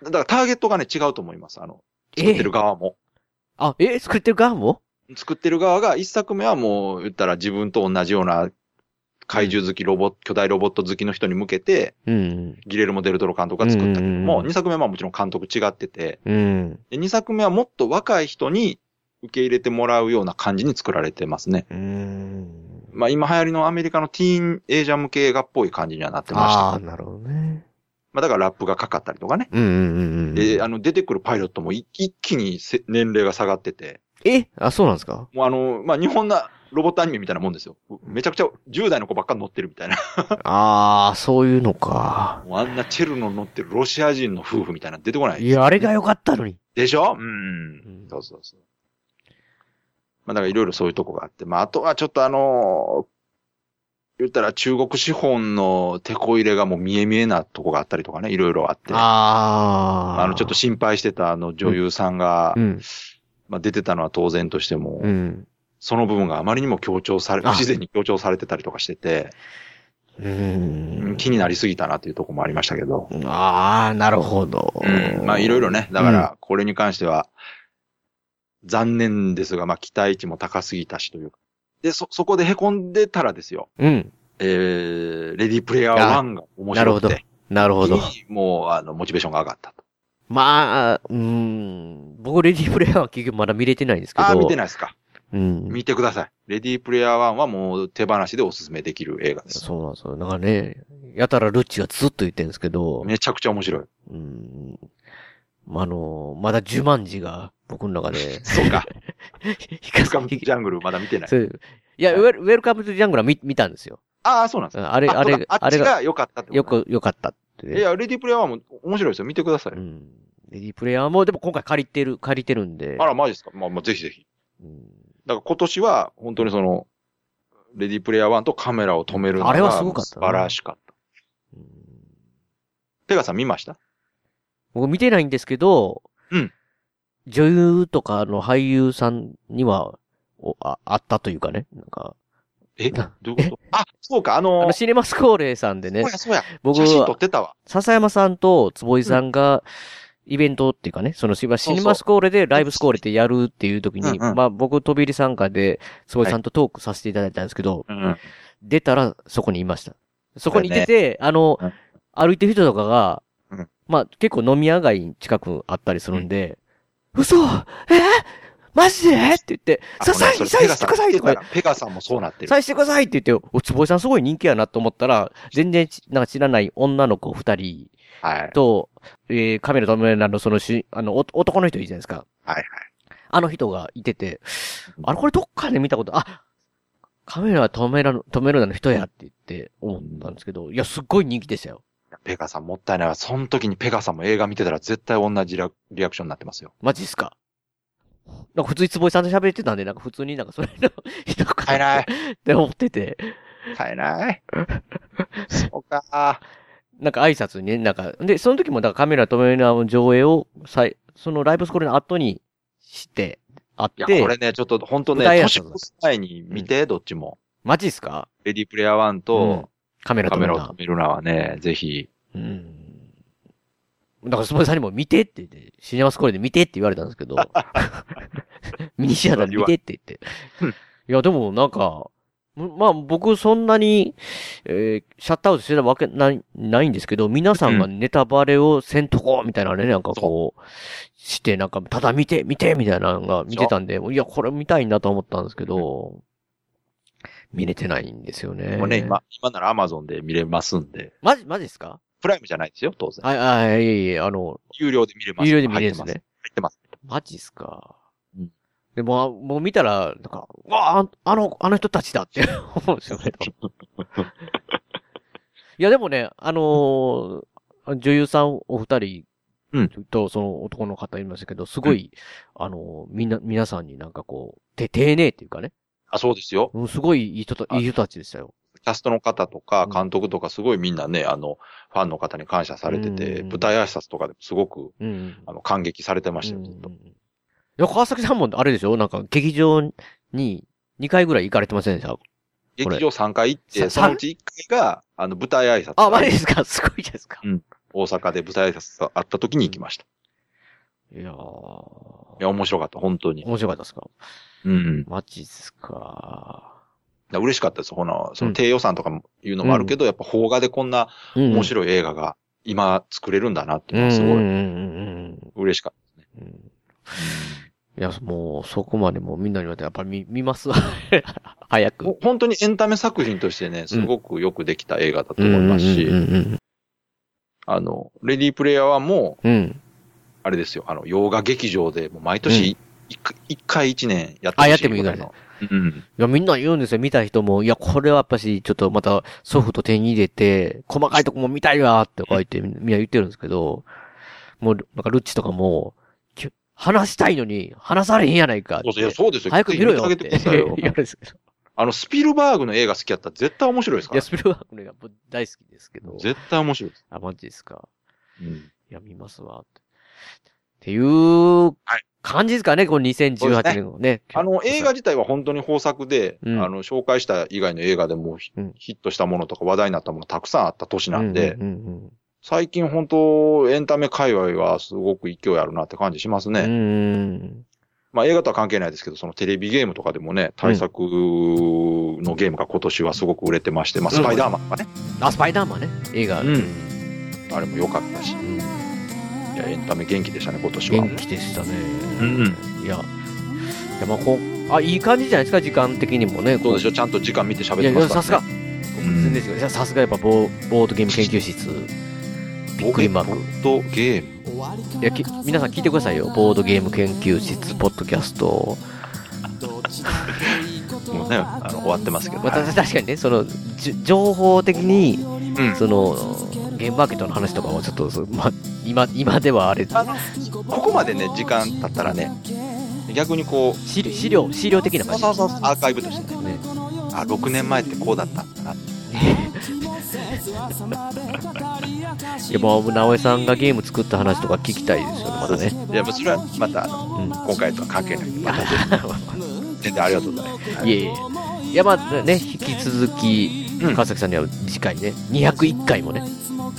[SPEAKER 3] う。だからターゲットがね、違うと思います。あの、
[SPEAKER 2] え
[SPEAKER 3] 作ってる側も。
[SPEAKER 2] あ、え、作ってる側も
[SPEAKER 3] 作ってる側が、一作目はもう、言ったら自分と同じような怪獣好き、ロボット、巨大ロボット好きの人に向けて、
[SPEAKER 2] うん。
[SPEAKER 3] ギレルモ・デルトロ監督が作ったけど
[SPEAKER 2] うんうんうん
[SPEAKER 3] も、二作目はまあもちろん監督違ってて、
[SPEAKER 2] うん。
[SPEAKER 3] で二作目はもっと若い人に受け入れてもらうような感じに作られてますね。
[SPEAKER 2] うん。
[SPEAKER 3] まあ今流行りのアメリカのティーンエイジャー向け映画っぽい感じにはなってました。
[SPEAKER 2] ああ、なるほどね。
[SPEAKER 3] まあだからラップがかかったりとかね。
[SPEAKER 2] うんうんうんうん。
[SPEAKER 3] で、あの、出てくるパイロットもい一気にせ年齢が下がってて、
[SPEAKER 2] えあ、そうなんですか
[SPEAKER 3] もうあの、まあ、日本のロボットアニメみたいなもんですよ。めちゃくちゃ10代の子ばっかり乗ってるみたいな。
[SPEAKER 2] ああ、そういうのか。
[SPEAKER 3] もうあんなチェルノ乗ってるロシア人の夫婦みたいなの出てこない。
[SPEAKER 2] いや、あれが良かったのに。
[SPEAKER 3] でしょう
[SPEAKER 2] うん
[SPEAKER 3] ん。そうそうそう。まあ、だからいろいろそういうとこがあって、まあ、あとはちょっとあのー言ったら中国資本の手こ入れがもう見え見えなとこがあったりとかね、いろいろあって。
[SPEAKER 2] ああ。
[SPEAKER 3] あの、ちょっと、心配してたあの女優さんが、
[SPEAKER 2] うん。
[SPEAKER 3] まあ、出てたのは当然としても、
[SPEAKER 2] うん。
[SPEAKER 3] その部分があまりにも強調され、
[SPEAKER 2] あ
[SPEAKER 3] 不自然に強調されてたりとかしてて、
[SPEAKER 2] う
[SPEAKER 3] うん
[SPEAKER 2] ん。
[SPEAKER 3] 気になりすぎたなというところもありましたけど。
[SPEAKER 2] ああ、なるほど。
[SPEAKER 3] うん、まあいろいろね、だからこれに関しては、残念ですが、まあ期待値も高すぎたしというか。で、そ、そこで凹んでたらですよ、
[SPEAKER 2] うん。
[SPEAKER 3] えー、レディープレイヤー1が面
[SPEAKER 2] なる
[SPEAKER 3] 白
[SPEAKER 2] ほ
[SPEAKER 3] く
[SPEAKER 2] ど
[SPEAKER 3] て、。
[SPEAKER 2] なるほど。
[SPEAKER 3] 一気にもう、あの、モチベーションが上がったと。
[SPEAKER 2] まあ、うん。僕、レディープレイヤーは結局まだ見れてないんですけど。
[SPEAKER 3] ああ、見て
[SPEAKER 2] ない。
[SPEAKER 3] ないですか。
[SPEAKER 2] うん。
[SPEAKER 3] 見てください。レディープレイヤー1はもう手放しでおすすめできる映画です。
[SPEAKER 2] そうなんですよ。なんかね、やたらルッチがずっと言ってるんですけど、
[SPEAKER 3] めちゃくちゃ面白い。、
[SPEAKER 2] うん。まああの、まだ十万字が僕の中で
[SPEAKER 3] そうか。
[SPEAKER 2] ひ
[SPEAKER 3] ウェ
[SPEAKER 2] か
[SPEAKER 3] ルカムト
[SPEAKER 2] ひ
[SPEAKER 3] ゥジャングルまだ見てない。
[SPEAKER 2] そういういや、ウェルウェルカムトゥジャングルは見見たんですよ。
[SPEAKER 3] ああ、そうなんです
[SPEAKER 2] う
[SPEAKER 3] か。
[SPEAKER 2] んあれ、あ
[SPEAKER 3] そう
[SPEAKER 2] れ、
[SPEAKER 3] だ
[SPEAKER 2] あ
[SPEAKER 3] っち
[SPEAKER 2] れが
[SPEAKER 3] が良かったってことね
[SPEAKER 2] よく、良かったってね
[SPEAKER 3] いや、レディープレイヤーも面白いですよ。見てください。
[SPEAKER 2] うん。レディープレイヤーも、でも今回借りてる、借りてるんで。
[SPEAKER 3] あら、マジですか。まあ、まあ、ぜひぜひ。
[SPEAKER 2] うん
[SPEAKER 3] だから今年は、本当にその、レディープレイヤー1とカメラを止めるのが
[SPEAKER 2] あれはすごかった
[SPEAKER 3] 素
[SPEAKER 2] ね
[SPEAKER 3] 晴らしかった。
[SPEAKER 2] うん
[SPEAKER 3] ペガさん見ました
[SPEAKER 2] 僕見てないんですけど、
[SPEAKER 3] うん
[SPEAKER 2] 女優とかの俳優さんには、おああったというかね。なんか、
[SPEAKER 3] えど
[SPEAKER 2] な
[SPEAKER 3] ういうことあ、そうか、あの
[SPEAKER 2] あの、シネマスコーレーさんでね
[SPEAKER 3] そう、や、そうや。
[SPEAKER 2] 僕
[SPEAKER 3] 写真撮ってたわ。
[SPEAKER 2] 笹山さんと坪井さんが、イベントっていうかね、そのシシネマスコーレでライブスコーレってやるっていう時に、
[SPEAKER 3] うんうん
[SPEAKER 2] まあ僕飛び入り参加で、すごいちゃんとトークさせていただいたんですけど、
[SPEAKER 3] うん。
[SPEAKER 2] 出たらそこにいました。そこにいてて、あの、
[SPEAKER 3] うん
[SPEAKER 2] 歩いてる人とかが、
[SPEAKER 3] うん
[SPEAKER 2] まあ結構飲み屋街近くあったりするんで、嘘えーマジでって言って、さ、サイン、サインしてくださいとか言って
[SPEAKER 3] ペガさんもそうなってる。
[SPEAKER 2] 再してくださいって言って、お、坪井さんすごい人気やなと思ったら、全然ちなんか知らない女の子二人
[SPEAKER 3] はい。
[SPEAKER 2] と、えー、カメラ止めらのそのし、あの、お男の人いるじゃないですか。
[SPEAKER 3] はいはい。
[SPEAKER 2] あの人がいてて、あれこれどっかで見たこと、あ、カメラ止めらの、止めるなの人やって言って思ったんですけど、いや、すっごい人気でしたよ。
[SPEAKER 3] ペガさんもったいないわ。その時にペガさんも映画見てたら絶対同じリアリアクションになってま すよ。
[SPEAKER 2] マジっすか。なんか普通に坪井さんと喋ってたんで、なんか普通になんかそれの 人か
[SPEAKER 3] 買え
[SPEAKER 2] な
[SPEAKER 3] な
[SPEAKER 2] っ
[SPEAKER 3] い。
[SPEAKER 2] て思ってて、
[SPEAKER 3] 買えない。そう か。
[SPEAKER 2] なんか挨拶にね、なんか、で、その時もだからカメラ止めるなの上映を、さいそのライブスコールの後にして、あっ
[SPEAKER 3] いや、
[SPEAKER 2] て
[SPEAKER 3] こ、れね、ちょっと本当
[SPEAKER 2] 舞
[SPEAKER 3] ね、
[SPEAKER 2] 台挨拶
[SPEAKER 3] 年越す前に見て、どっちも。
[SPEAKER 2] マジっすか
[SPEAKER 3] レディープレイヤー1と、
[SPEAKER 2] カメラ
[SPEAKER 3] カ
[SPEAKER 2] 止
[SPEAKER 3] メ
[SPEAKER 2] め
[SPEAKER 3] ラ
[SPEAKER 2] る
[SPEAKER 3] を
[SPEAKER 2] な
[SPEAKER 3] 止。めるなはね、ぜひ。
[SPEAKER 2] うん。だから、スポイさんにも見てって言って、シネマスコールで見てって言われたんです けど、ミニシアターで見てって言って
[SPEAKER 3] うん。
[SPEAKER 2] いや、でもなんか、むまあ僕そんなに、えーシャットアウトしてたわけない、ないんですけど、皆さんがネタバレをせんとこうみたいなね、なんかこう、して、なんか、ただ見て、見てみたいなのが見てたんで、いや、これ見たいなと思ったんですけど、見れてないんですよね。
[SPEAKER 3] もうね、今、今なら Amazon で見れますんで。
[SPEAKER 2] マジ、マジですか
[SPEAKER 3] プライムじゃないですよ、当然。
[SPEAKER 2] あ、あ、いえいえ、あの、
[SPEAKER 3] 有料で見れます。
[SPEAKER 2] 有料で見れるんです
[SPEAKER 3] 入って
[SPEAKER 2] ね。
[SPEAKER 3] ます。入ってます。
[SPEAKER 2] マジっすか
[SPEAKER 3] うん。
[SPEAKER 2] でも、あもう見たら、なんか、うわあ、あの、あの人たちだって 思うんですよね。いや、でもね、あのー女優さんお二人
[SPEAKER 3] うん
[SPEAKER 2] と、その男の方いましたけど、すごい、あのーみんな、皆さんになんかこう、て、丁寧っていうかね、
[SPEAKER 3] あ、そうですよ。
[SPEAKER 2] うんすごいいい人と、
[SPEAKER 3] あ
[SPEAKER 2] いい人たちでしたよ。
[SPEAKER 3] キャストの方とか
[SPEAKER 2] うん、
[SPEAKER 3] 監督とか、すごいみんなね、あの、ファンの方に感謝されてて、
[SPEAKER 2] うん
[SPEAKER 3] 舞台挨拶とかでもすごく、
[SPEAKER 2] うん。
[SPEAKER 3] あの、感激されてましたよ、
[SPEAKER 2] うん
[SPEAKER 3] ずっと。
[SPEAKER 2] いや、川崎さんもあれでしょなんか、劇場に2回ぐらい行かれてませんでしたこれ
[SPEAKER 3] 劇場3回行っ
[SPEAKER 2] さ
[SPEAKER 3] て、そのうち1回が、あの、舞台挨拶。
[SPEAKER 2] あ、マジですかすごいじゃないですか。
[SPEAKER 3] 大阪で舞台挨拶があった時に行きました。
[SPEAKER 2] いやー。
[SPEAKER 3] いや、面白かった、本当に。
[SPEAKER 2] 面白かったですか
[SPEAKER 3] うん。
[SPEAKER 2] マジっすか。
[SPEAKER 3] いや嬉しかったです。ほな、そ
[SPEAKER 2] うん
[SPEAKER 3] の低予算とかもいうのもあるけど、やっぱ邦画でこんな
[SPEAKER 2] うん
[SPEAKER 3] 面
[SPEAKER 2] い。
[SPEAKER 3] 白い映画が今作れるんだなっていうの
[SPEAKER 2] うん、
[SPEAKER 3] はす
[SPEAKER 2] すごい。うん
[SPEAKER 3] ごい
[SPEAKER 2] うん
[SPEAKER 3] 嬉しかっ
[SPEAKER 2] うんうん。いや、もう、そこまでもうみんなに言われて、やっぱり見、見ますわ 早
[SPEAKER 3] た。
[SPEAKER 2] く。
[SPEAKER 3] ほ本当にエンタメ作品としてね、すごくよくできた映画だと思います
[SPEAKER 2] うん
[SPEAKER 3] し、
[SPEAKER 2] うん
[SPEAKER 3] あの、レディープレイヤーはもう、
[SPEAKER 2] うん。うん。
[SPEAKER 3] あれですよ、あの、洋画劇場でもう毎年一回一回一年やって
[SPEAKER 2] あ
[SPEAKER 3] ほ
[SPEAKER 2] やっ
[SPEAKER 3] してい
[SPEAKER 2] もいい
[SPEAKER 3] ぐ
[SPEAKER 2] ぐら
[SPEAKER 3] ら
[SPEAKER 2] いの
[SPEAKER 3] いの。うん。
[SPEAKER 2] いや、みんな言うんですよ。見た人も。いや、これはやっぱし、ちょっとまた、ソフト手に入れて、細かいとこも見たいわーって書いて、みんな言ってるんですけど、もう、なんか、ルッチとかも、きゅ話したいのに、話されへんやないかって
[SPEAKER 3] そうそういやそうですよ。
[SPEAKER 2] 早く見ろよ
[SPEAKER 3] ぜ
[SPEAKER 2] っ
[SPEAKER 3] ひ
[SPEAKER 2] て
[SPEAKER 3] 見てあげてくださいよ
[SPEAKER 2] 言われるんですけど。
[SPEAKER 3] あの、スピルバーグの映画好きやったら絶対面白いです
[SPEAKER 2] い
[SPEAKER 3] か
[SPEAKER 2] や、
[SPEAKER 3] ら。
[SPEAKER 2] スピルバーグの映画僕大好きですけど。
[SPEAKER 3] 絶対面白いです。
[SPEAKER 2] あ、マジですか。
[SPEAKER 3] うん。
[SPEAKER 2] いや、見ますわって。っていう
[SPEAKER 3] はい
[SPEAKER 2] 感じですかね、この2018年のね。
[SPEAKER 3] あの、映画自体は本当に豊作で、
[SPEAKER 2] うん
[SPEAKER 3] あの、紹介した以外の映画でもヒ,、
[SPEAKER 2] うん
[SPEAKER 3] ヒットしたものとか話題になったものたくさんあった年なんで、
[SPEAKER 2] うんうん
[SPEAKER 3] 最近本当、エンタメ界隈はすごく勢いあるなって感じしますね。
[SPEAKER 2] うんうん。
[SPEAKER 3] まあ映画とは関係ないですけど、そのテレビゲームとかでもね、対策のゲームが今年はすごく売れてまして、まあスパイダーマンがね、
[SPEAKER 2] あ、スパイダーマンね、映画。
[SPEAKER 3] うんあれも良かったし、いや、エンタメ元気でしたね、今年は。
[SPEAKER 2] 元気でしたね。
[SPEAKER 3] うん
[SPEAKER 2] いや、いやまあこう、あ、いい感じじゃないですか、時間的にもね。
[SPEAKER 3] どうでし
[SPEAKER 2] ょ
[SPEAKER 3] ょうちゃんと時間見て喋
[SPEAKER 2] い
[SPEAKER 3] って
[SPEAKER 2] や、い
[SPEAKER 3] ま
[SPEAKER 2] や
[SPEAKER 3] すか
[SPEAKER 2] さ
[SPEAKER 3] ら、ね。。
[SPEAKER 2] すが。全然ですすよいやさすがやっぱボー、ボードゲーム研究室。びっくりマーク。
[SPEAKER 3] とゲーム。
[SPEAKER 2] いやき皆さん聞いてくださいよ。ボードゲーム研究室、ポッドキャスト。
[SPEAKER 3] もうね、あの終わってますけど。
[SPEAKER 2] また確かにね、その、じゅ情報的に、
[SPEAKER 3] うん
[SPEAKER 2] その、ゲームマーケットの話とかもちょっと、そうま、今、今ではあれ、
[SPEAKER 3] あの、ここまでね、時間経ったらね、逆にこう、
[SPEAKER 2] 資資料、資料的な
[SPEAKER 3] そ
[SPEAKER 2] 感
[SPEAKER 3] う
[SPEAKER 2] じ
[SPEAKER 3] そうそうアーカイブとしてね、
[SPEAKER 2] ね。
[SPEAKER 3] あ、6年前っ てこうだったんだなって。
[SPEAKER 2] いや、もう、直江さんがゲーム作った話とか聞きたいですよね、まだね。
[SPEAKER 3] いや、もうそれはまた、あの
[SPEAKER 2] うん。
[SPEAKER 3] 今回とは関係ない。また、全然ありがとうございます。
[SPEAKER 2] いえいえ。いや、まあね、引き続き、
[SPEAKER 3] うん
[SPEAKER 2] 川崎さんには次回ね、201回もね、
[SPEAKER 3] も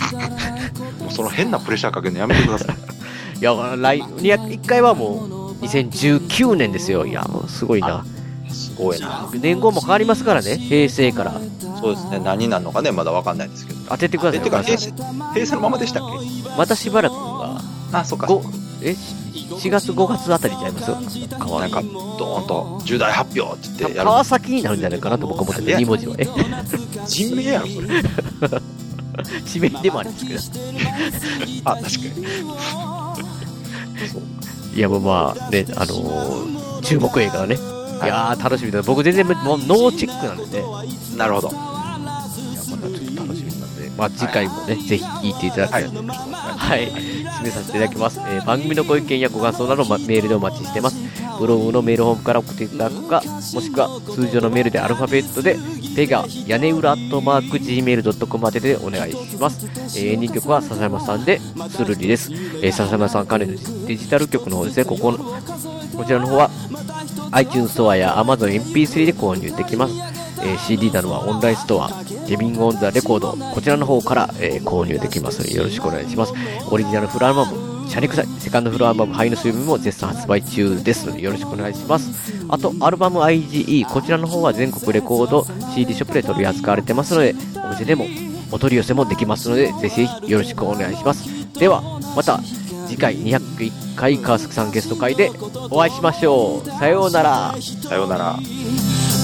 [SPEAKER 3] うその変なプレッシャーかけるのやめてください。
[SPEAKER 2] いや、来、201回はもう、2019年ですよ。いや、もうすごいな。
[SPEAKER 3] すごいな。
[SPEAKER 2] 年号も変わりますからね、平成から。
[SPEAKER 3] そうですね。何になるのかね、まだわかんないですけど。
[SPEAKER 2] 当ててくださ
[SPEAKER 3] え、
[SPEAKER 2] い、
[SPEAKER 3] て
[SPEAKER 2] お
[SPEAKER 3] か、
[SPEAKER 2] 母さ
[SPEAKER 3] 平
[SPEAKER 2] ん。
[SPEAKER 3] 成、平成のままでしたっけ
[SPEAKER 2] またしばらくは、
[SPEAKER 3] あ、そっか。
[SPEAKER 2] 5、え ?4 月、5月あたりちゃいます変わ
[SPEAKER 3] なんか、ドーンと、重大発表って言ってやる。
[SPEAKER 2] 川崎になるんじゃないかなと僕は思ってて、2文字は。え、
[SPEAKER 3] 人名やろ、それ。
[SPEAKER 2] 地名でもありますけど。
[SPEAKER 3] あ、確かに。
[SPEAKER 2] いや、もうまあ、ね、あのー注目映画はね。いやー、楽しみだ。僕全然、もうノーチェックなんでね。
[SPEAKER 3] なるほど。
[SPEAKER 2] いや、またちょっと楽しみなんで、まあ、次回もね、ぜひ聞いていただきたいと思います。はい、締めさせていただきます。えー番組のご意見やご感想など、ま、メールでお待ちしてます。ブログのメールホームから送っていただくか、もしくは通常のメールでアルファベットで、ペガ屋根裏アットマーク Gmail.com 宛てでお願いします。えー、エンディング曲は笹山さんで、スルリです。えー、笹山さん関連のデジタル曲の方ですね、ここの、こちらの方は iTunes ストアや AmazonMP3 で購入できます。えー CD などはオンラインストア、ゲビングオンザレコード、こちらの方から、えー購入できますのでよろしくお願いします。オリジナルフルアルバム、シャリクサイ、セカンドフルアルバム、ハイの水分も絶賛発売中ですのでよろしくお願いします。あと、アルバム IGE、こちらの方は全国レコード、CD ショップで取り扱われてますので、お店でもお取り寄せもできますので、ぜひよろしくお願いします。では、また次回201回川崎さんゲスト会でお会いしましょう。さようなら。
[SPEAKER 3] さようなら。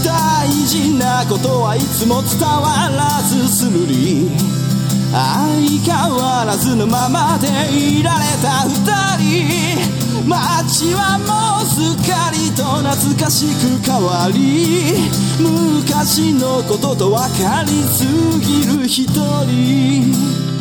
[SPEAKER 1] 大事なことはいつも伝わらずするり相変わらずのままでいられた二人街はもうすっかりと懐かしく変わり昔のことと分かりすぎる一人